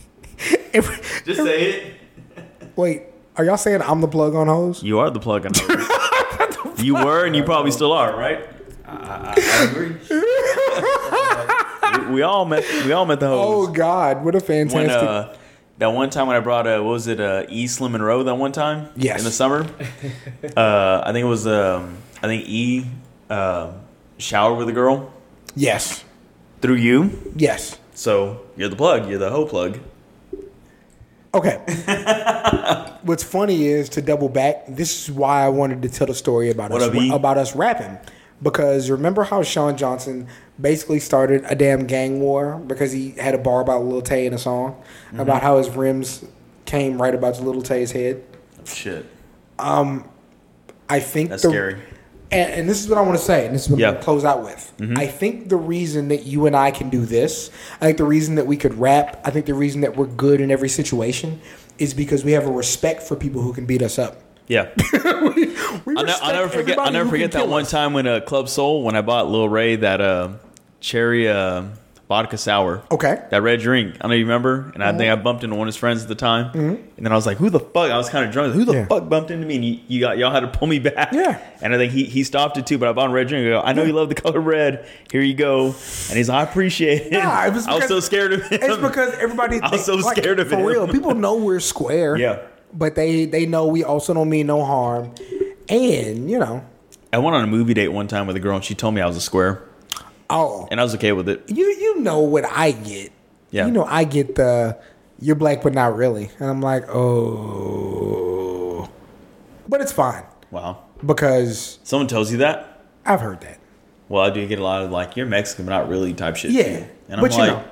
[laughs] Every-
Just say it.
wait, are y'all saying I'm the plug on hoes?
You are the plug and host.
[laughs]
you were, and you probably still are, right?
I agree.
[laughs] We, we all met. We all met the
Oh
host.
God, what a
when
fantastic!
uh, that one time when I brought uh, what was it uh, E Slim and Rowe that one time?
Yes.
In
[laughs]
the summer, uh, I think it was um, I think E uh, showered with a girl
yes,
through you.
yes.
So you're the plug. You're the hoe plug. [laughs]
Okay. What's funny is to double back. This is why I wanted to tell the story about
What
us
up, E?
about us rapping because remember how Sean Johnson basically started a damn gang war because he had a bar about Lil Tay in a song
Mm-hmm.
about how his rims came right about to Lil Tay's head.
Shit,
I think
that's
the-
scary.
And, and this is what I want to say, and this is what I'm
Yeah. Mm-hmm.
going to close out with. I think the reason that you and I can do this, I think the reason that we could rap, I think the reason that we're good in every situation is because we have a respect for people who can beat us up.
Yeah.
We
I'll, ne-
respect
I'll never
everybody
forget. I'll never
who can
forget that
kill
one
us.
time when uh, Club Soul when I bought Lil Ray that uh, cherry uh, vodka sour.
Okay. Uh-huh.
That red drink. I don't know you remember. And I think I bumped into one of his friends at the time. And then I was like, "Who the fuck?" I was kind of drunk. Who the
Mm-hmm. Yeah.
fuck bumped into me? And you, you got y'all had to pull me [laughs] back.
Yeah.
And I think he he stopped it too. But I bought a red drink. I go, "I know you love the color red. Here you go." And he's like, "I appreciate it."
Nah, it was
I was so
because-
scared of him.
It's because everybody.
[laughs] I was so
like,
scared of
for
him. [laughs]
real. People know we're square.
Yeah.
But they they know we also don't mean no harm, and you know,
I went on a movie date one time with a girl, and she told me I was a square,
oh,
and I was okay with it.
you you know what I get.
Yeah.
You know I get the you're black but not really. And I'm like, "Oh." But it's fine
Wow.
because
Someone tells you that.
I've heard that.
Well, I do get a lot of like you're Mexican, but not really type shit.
Yeah,
too. and I'm
but you know.
like,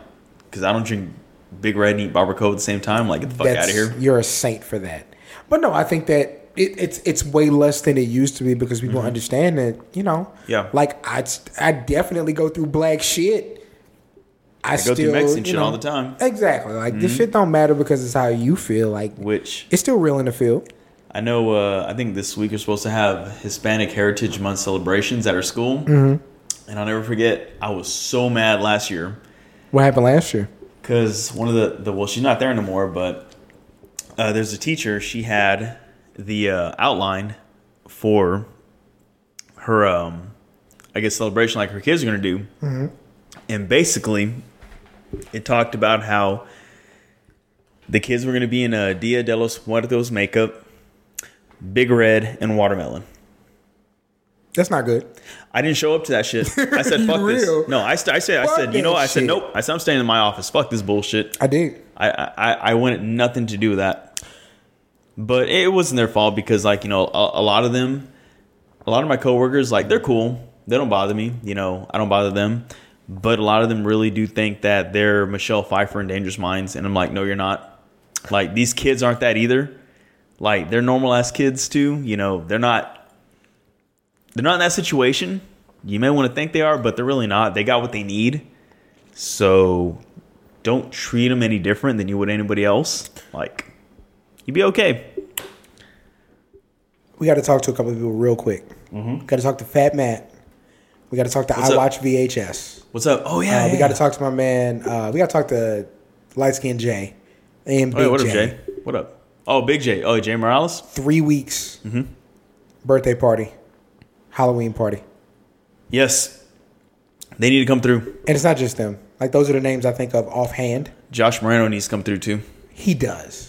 because I don't drink Big Red and eat barbacoa at the same time. Like, get the fuck out of here.
You're a saint for that. But no, I think that it, it's it's way less than it used to be because people understand that, you know.
Mm-hmm. Yeah.
Like I I definitely go through black shit. I,
through
still
Mexican
you
shit all the time. Mm-hmm.
Exactly. Like this shit don't matter because it's how you feel. Like
Which
it's still real in the field.
I know. Uh, I think this week we're supposed to have Hispanic Heritage Month celebrations at our school, mm-hmm. and I'll never forget. I was so mad last year
What happened last year?
because one of the, the well, she's not there anymore, but uh, there's a teacher. She had the uh, outline for her, um, I guess, celebration like her kids are going to do.
Mm-hmm.
And basically, it talked about how the kids were going to be in a Dia de los Muertos makeup, Big Red, and Watermelon.
That's not good.
I didn't show up to that shit.
[laughs]
I said, fuck
Real?
this. No, I, st- I said, I
Fuck
said, you know,
that
what? I said,
shit.
nope. I said, I'm staying in my office. Fuck this bullshit.
I did.
I, I, I wanted nothing to do with that. But it wasn't their fault because, like, you know, a, a lot of them, a lot of my coworkers, like, they're cool. They don't bother me. You know, I don't bother them. But a lot of them really do think that they're Michelle Pfeiffer in Dangerous Minds. And I'm like, no, you're not. Like, these kids aren't that either. Like, they're normal ass kids, too. You know, they're not, they're not in that situation. You may want to think they are, but they're really not. They got what they need. So don't treat them any different than you would anybody else. Like, you'd be okay.
We got to talk to a couple of people real quick. Got to talk to Fat Matt. We got to talk to
Mm-hmm. What's
I
up?
Watch VHS.
What's up? Oh yeah,
Uh,
yeah.
We got to talk to my man. Uh, we got to talk to light skinned Jay and
Oh,
Big
yeah, what
Jay.
up, Jay? What up? Oh, Big Jay. Oh, Jay Morales.
Three weeks.
Mm-hmm.
Birthday party, Halloween party,
Yes, they need to come through.
and it's not just them. Like those are the names I think of offhand.
Josh Moreno needs to come through too.
He does.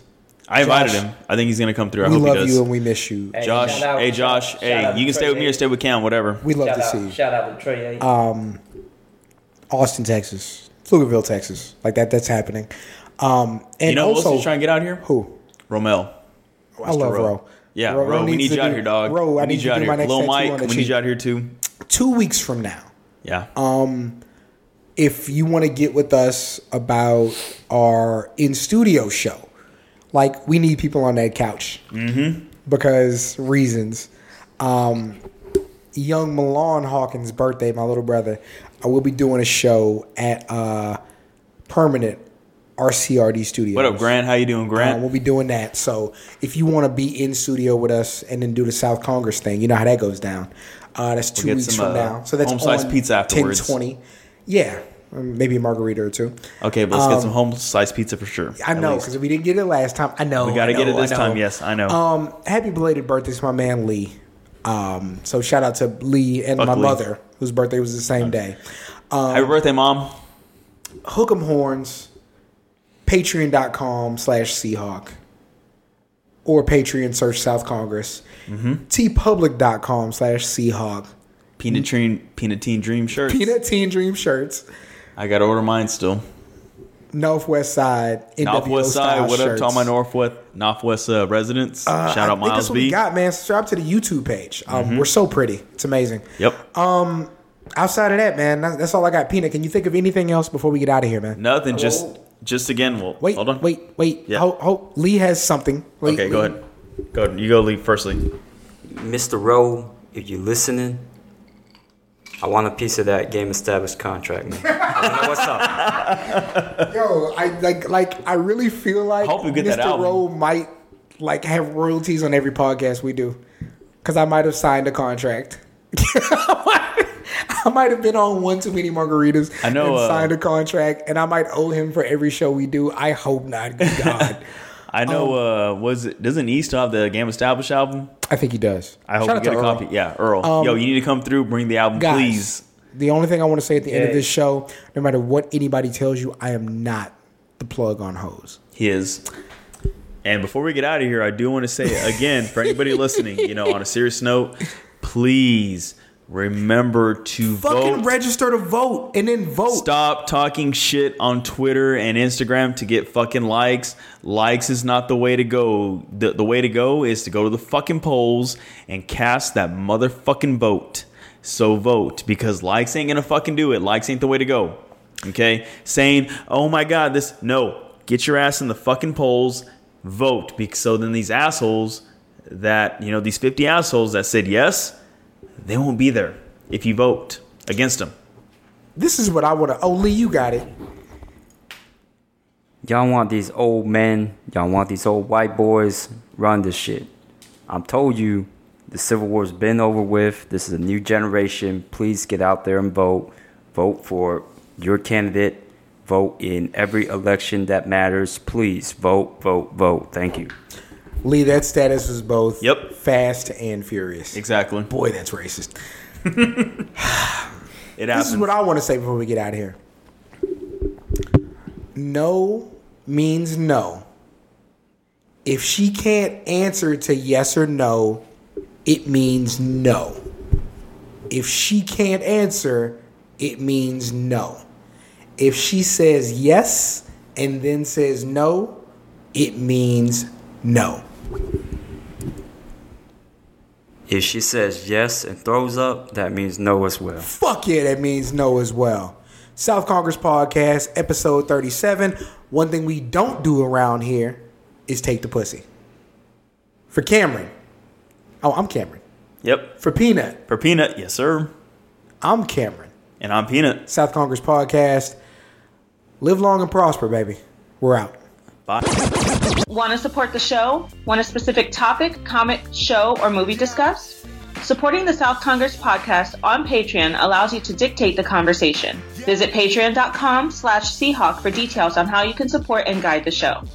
I invited
Josh.
him. I think he's gonna come through. I
We
hope he
love
does.
you and we miss you.
Hey,
Josh,
shout out-
hey Josh,
shout
hey,
out
you
to
can stay with me
Trey
or stay with Cam, whatever.
We love
Shout
to
out,
see you.
shout out to Trey. Ayton.
Austin, Texas, Pflugerville, Texas. Like that. That's happening. Um, and
you know who else
also
is trying to get out here?
who
Romel.
I love
Ro.
Ro.
Yeah, Ro, we
needs
need
to
you out
do-
here, dog.
Ro, I
we
need,
need you
to
out
do
here.
my next
Lil
tattoo
Mike,
on the
we need
cheek.
you out here too.
Two weeks from now,
Yeah.
Um, if you want to get with us about our in studio show, like we need people on that couch mm-hmm. because reasons. Um, young Milan Hawkins' birthday, my little brother. I will be doing a show at uh, permanent RCRD Studios.
what up, Grant? How you doing,
Uh,
Grant?
we'll be doing that. So if you want to be in studio with us and then do the South Congress thing, you know how that goes down. Uh, that's 2
get
weeks
some,
from
uh,
now. So that's
home-sliced
on
pizza afterwards.
10:20. Yeah, um, maybe a margarita or two.
Okay, but let's get some home sliced pizza for sure.
um, I
At
know
least.
because we didn't get it last time. I know
We got to
I
get it
know,
this
I know.
time. Yes, I know.
Um, happy belated birthday to my man Lee. Um, so shout out to Lee and
Fuck
my
Lee.
mother, whose birthday was the same day.
Happy birthday, mom.
Hook 'em horns, patreon.com slash Seahawk, or Patreon search South Congress,
Mm-hmm.
tpublic.com slash Seahawk,
Peanut Teen, Peanut Teen Dream shirt.
Peanut Teen Dream shirts,
I got to order mine still.
Northwest Side, NWO
Northwest
style
side. What up
shirts.
to all my Northwest Northwest uh, residents?
Uh,
Shout
I
out
think that's
Miles
what we
B. Mm-hmm.
got, man. Subscribe to the YouTube page. Um, We're so pretty. It's amazing.
Yep.
Uh, Outside of that, man, that's, that's all I got. Peanut, can you think of anything else before we get out of here, man?
Nothing. Just just again. Well,
oh. Wait,
hold on.
wait, wait.
Yeah.
Ho- ho- Lee has something. Lee-
Okay, go
Lee.
ahead. Go ahead. You go leave firstly.
Mr. Rowe, if you're listening, I want a piece of that game established contract, man. I don't know what's [laughs] up.
Yo, I like like I really feel like
Hope we get
Mr.
that album.
Rowe might like have royalties on every podcast we do. Cause I might have signed a contract. [laughs] I might have been on one too many margaritas.
I know,
and
uh,
signed a contract, and I might owe him for every show we do. I hope not.
[laughs]
Good God,
I know.
Um,
uh, was it doesn't East have the Game Established album?
I think he does.
I hope
Shout
you
out
get
to
a
Earl. Um,
copy. Yeah, Earl. Yo, you need to come through. Bring the album,
Guys,
please.
The only thing I want to say at the end of
Yeah.
this show, no matter what anybody tells you, I am not the plug on hose.
He is. And before we get out of here, I do want to say again for anybody listening, you know, on a serious note, please remember to
Fucking
vote.
register to vote and then vote.
Stop talking shit on Twitter and Instagram to get fucking likes. Likes is not the way to go. The, the way to go is to go to the fucking polls and cast that motherfucking vote. So vote because likes ain't gonna fucking do it. Likes ain't the way to go. Okay? Saying, oh my god, this. No. Get your ass in the fucking polls. Vote. Because so then these assholes that, you know, these 50 assholes that said yes, they won't be there if you vote against them.
This is what I want to. Oh, Lee, you got it.
Y'all want these old men, y'all want these old white boys, run this shit. I'm told you, the Civil War's been over with. This is a new generation. Please get out there and vote. Vote for your candidate. Vote in every election that matters. Please vote, vote, vote. Thank you.
Lee, that status was both
Yep.
fast and furious.
Exactly.
Boy, that's racist.
It
This
happens.
is what I want to say before we get out of here. No means no. If she can't answer to yes or no, it means no. If she can't answer, it means no. If she says yes and then says no, it means no.
If she says yes and throws up, that means no as well.
Fuck yeah, that means no as well. South Congress Podcast, episode 37. One thing we don't do around here is take the pussy. For Cameron. Oh, I'm Cameron.
yep.
For Peanut,
For peanut, yes sir.
I'm Cameron.
And I'm peanut.
South Congress Podcast. Live long and prosper, baby. We're out.
Want to support the show? Want a specific topic, comic, show, or movie discussed? Supporting the South Congress podcast on Patreon allows you to dictate the conversation. Visit patreon.com slash Seahawk for details on how you can support and guide the show.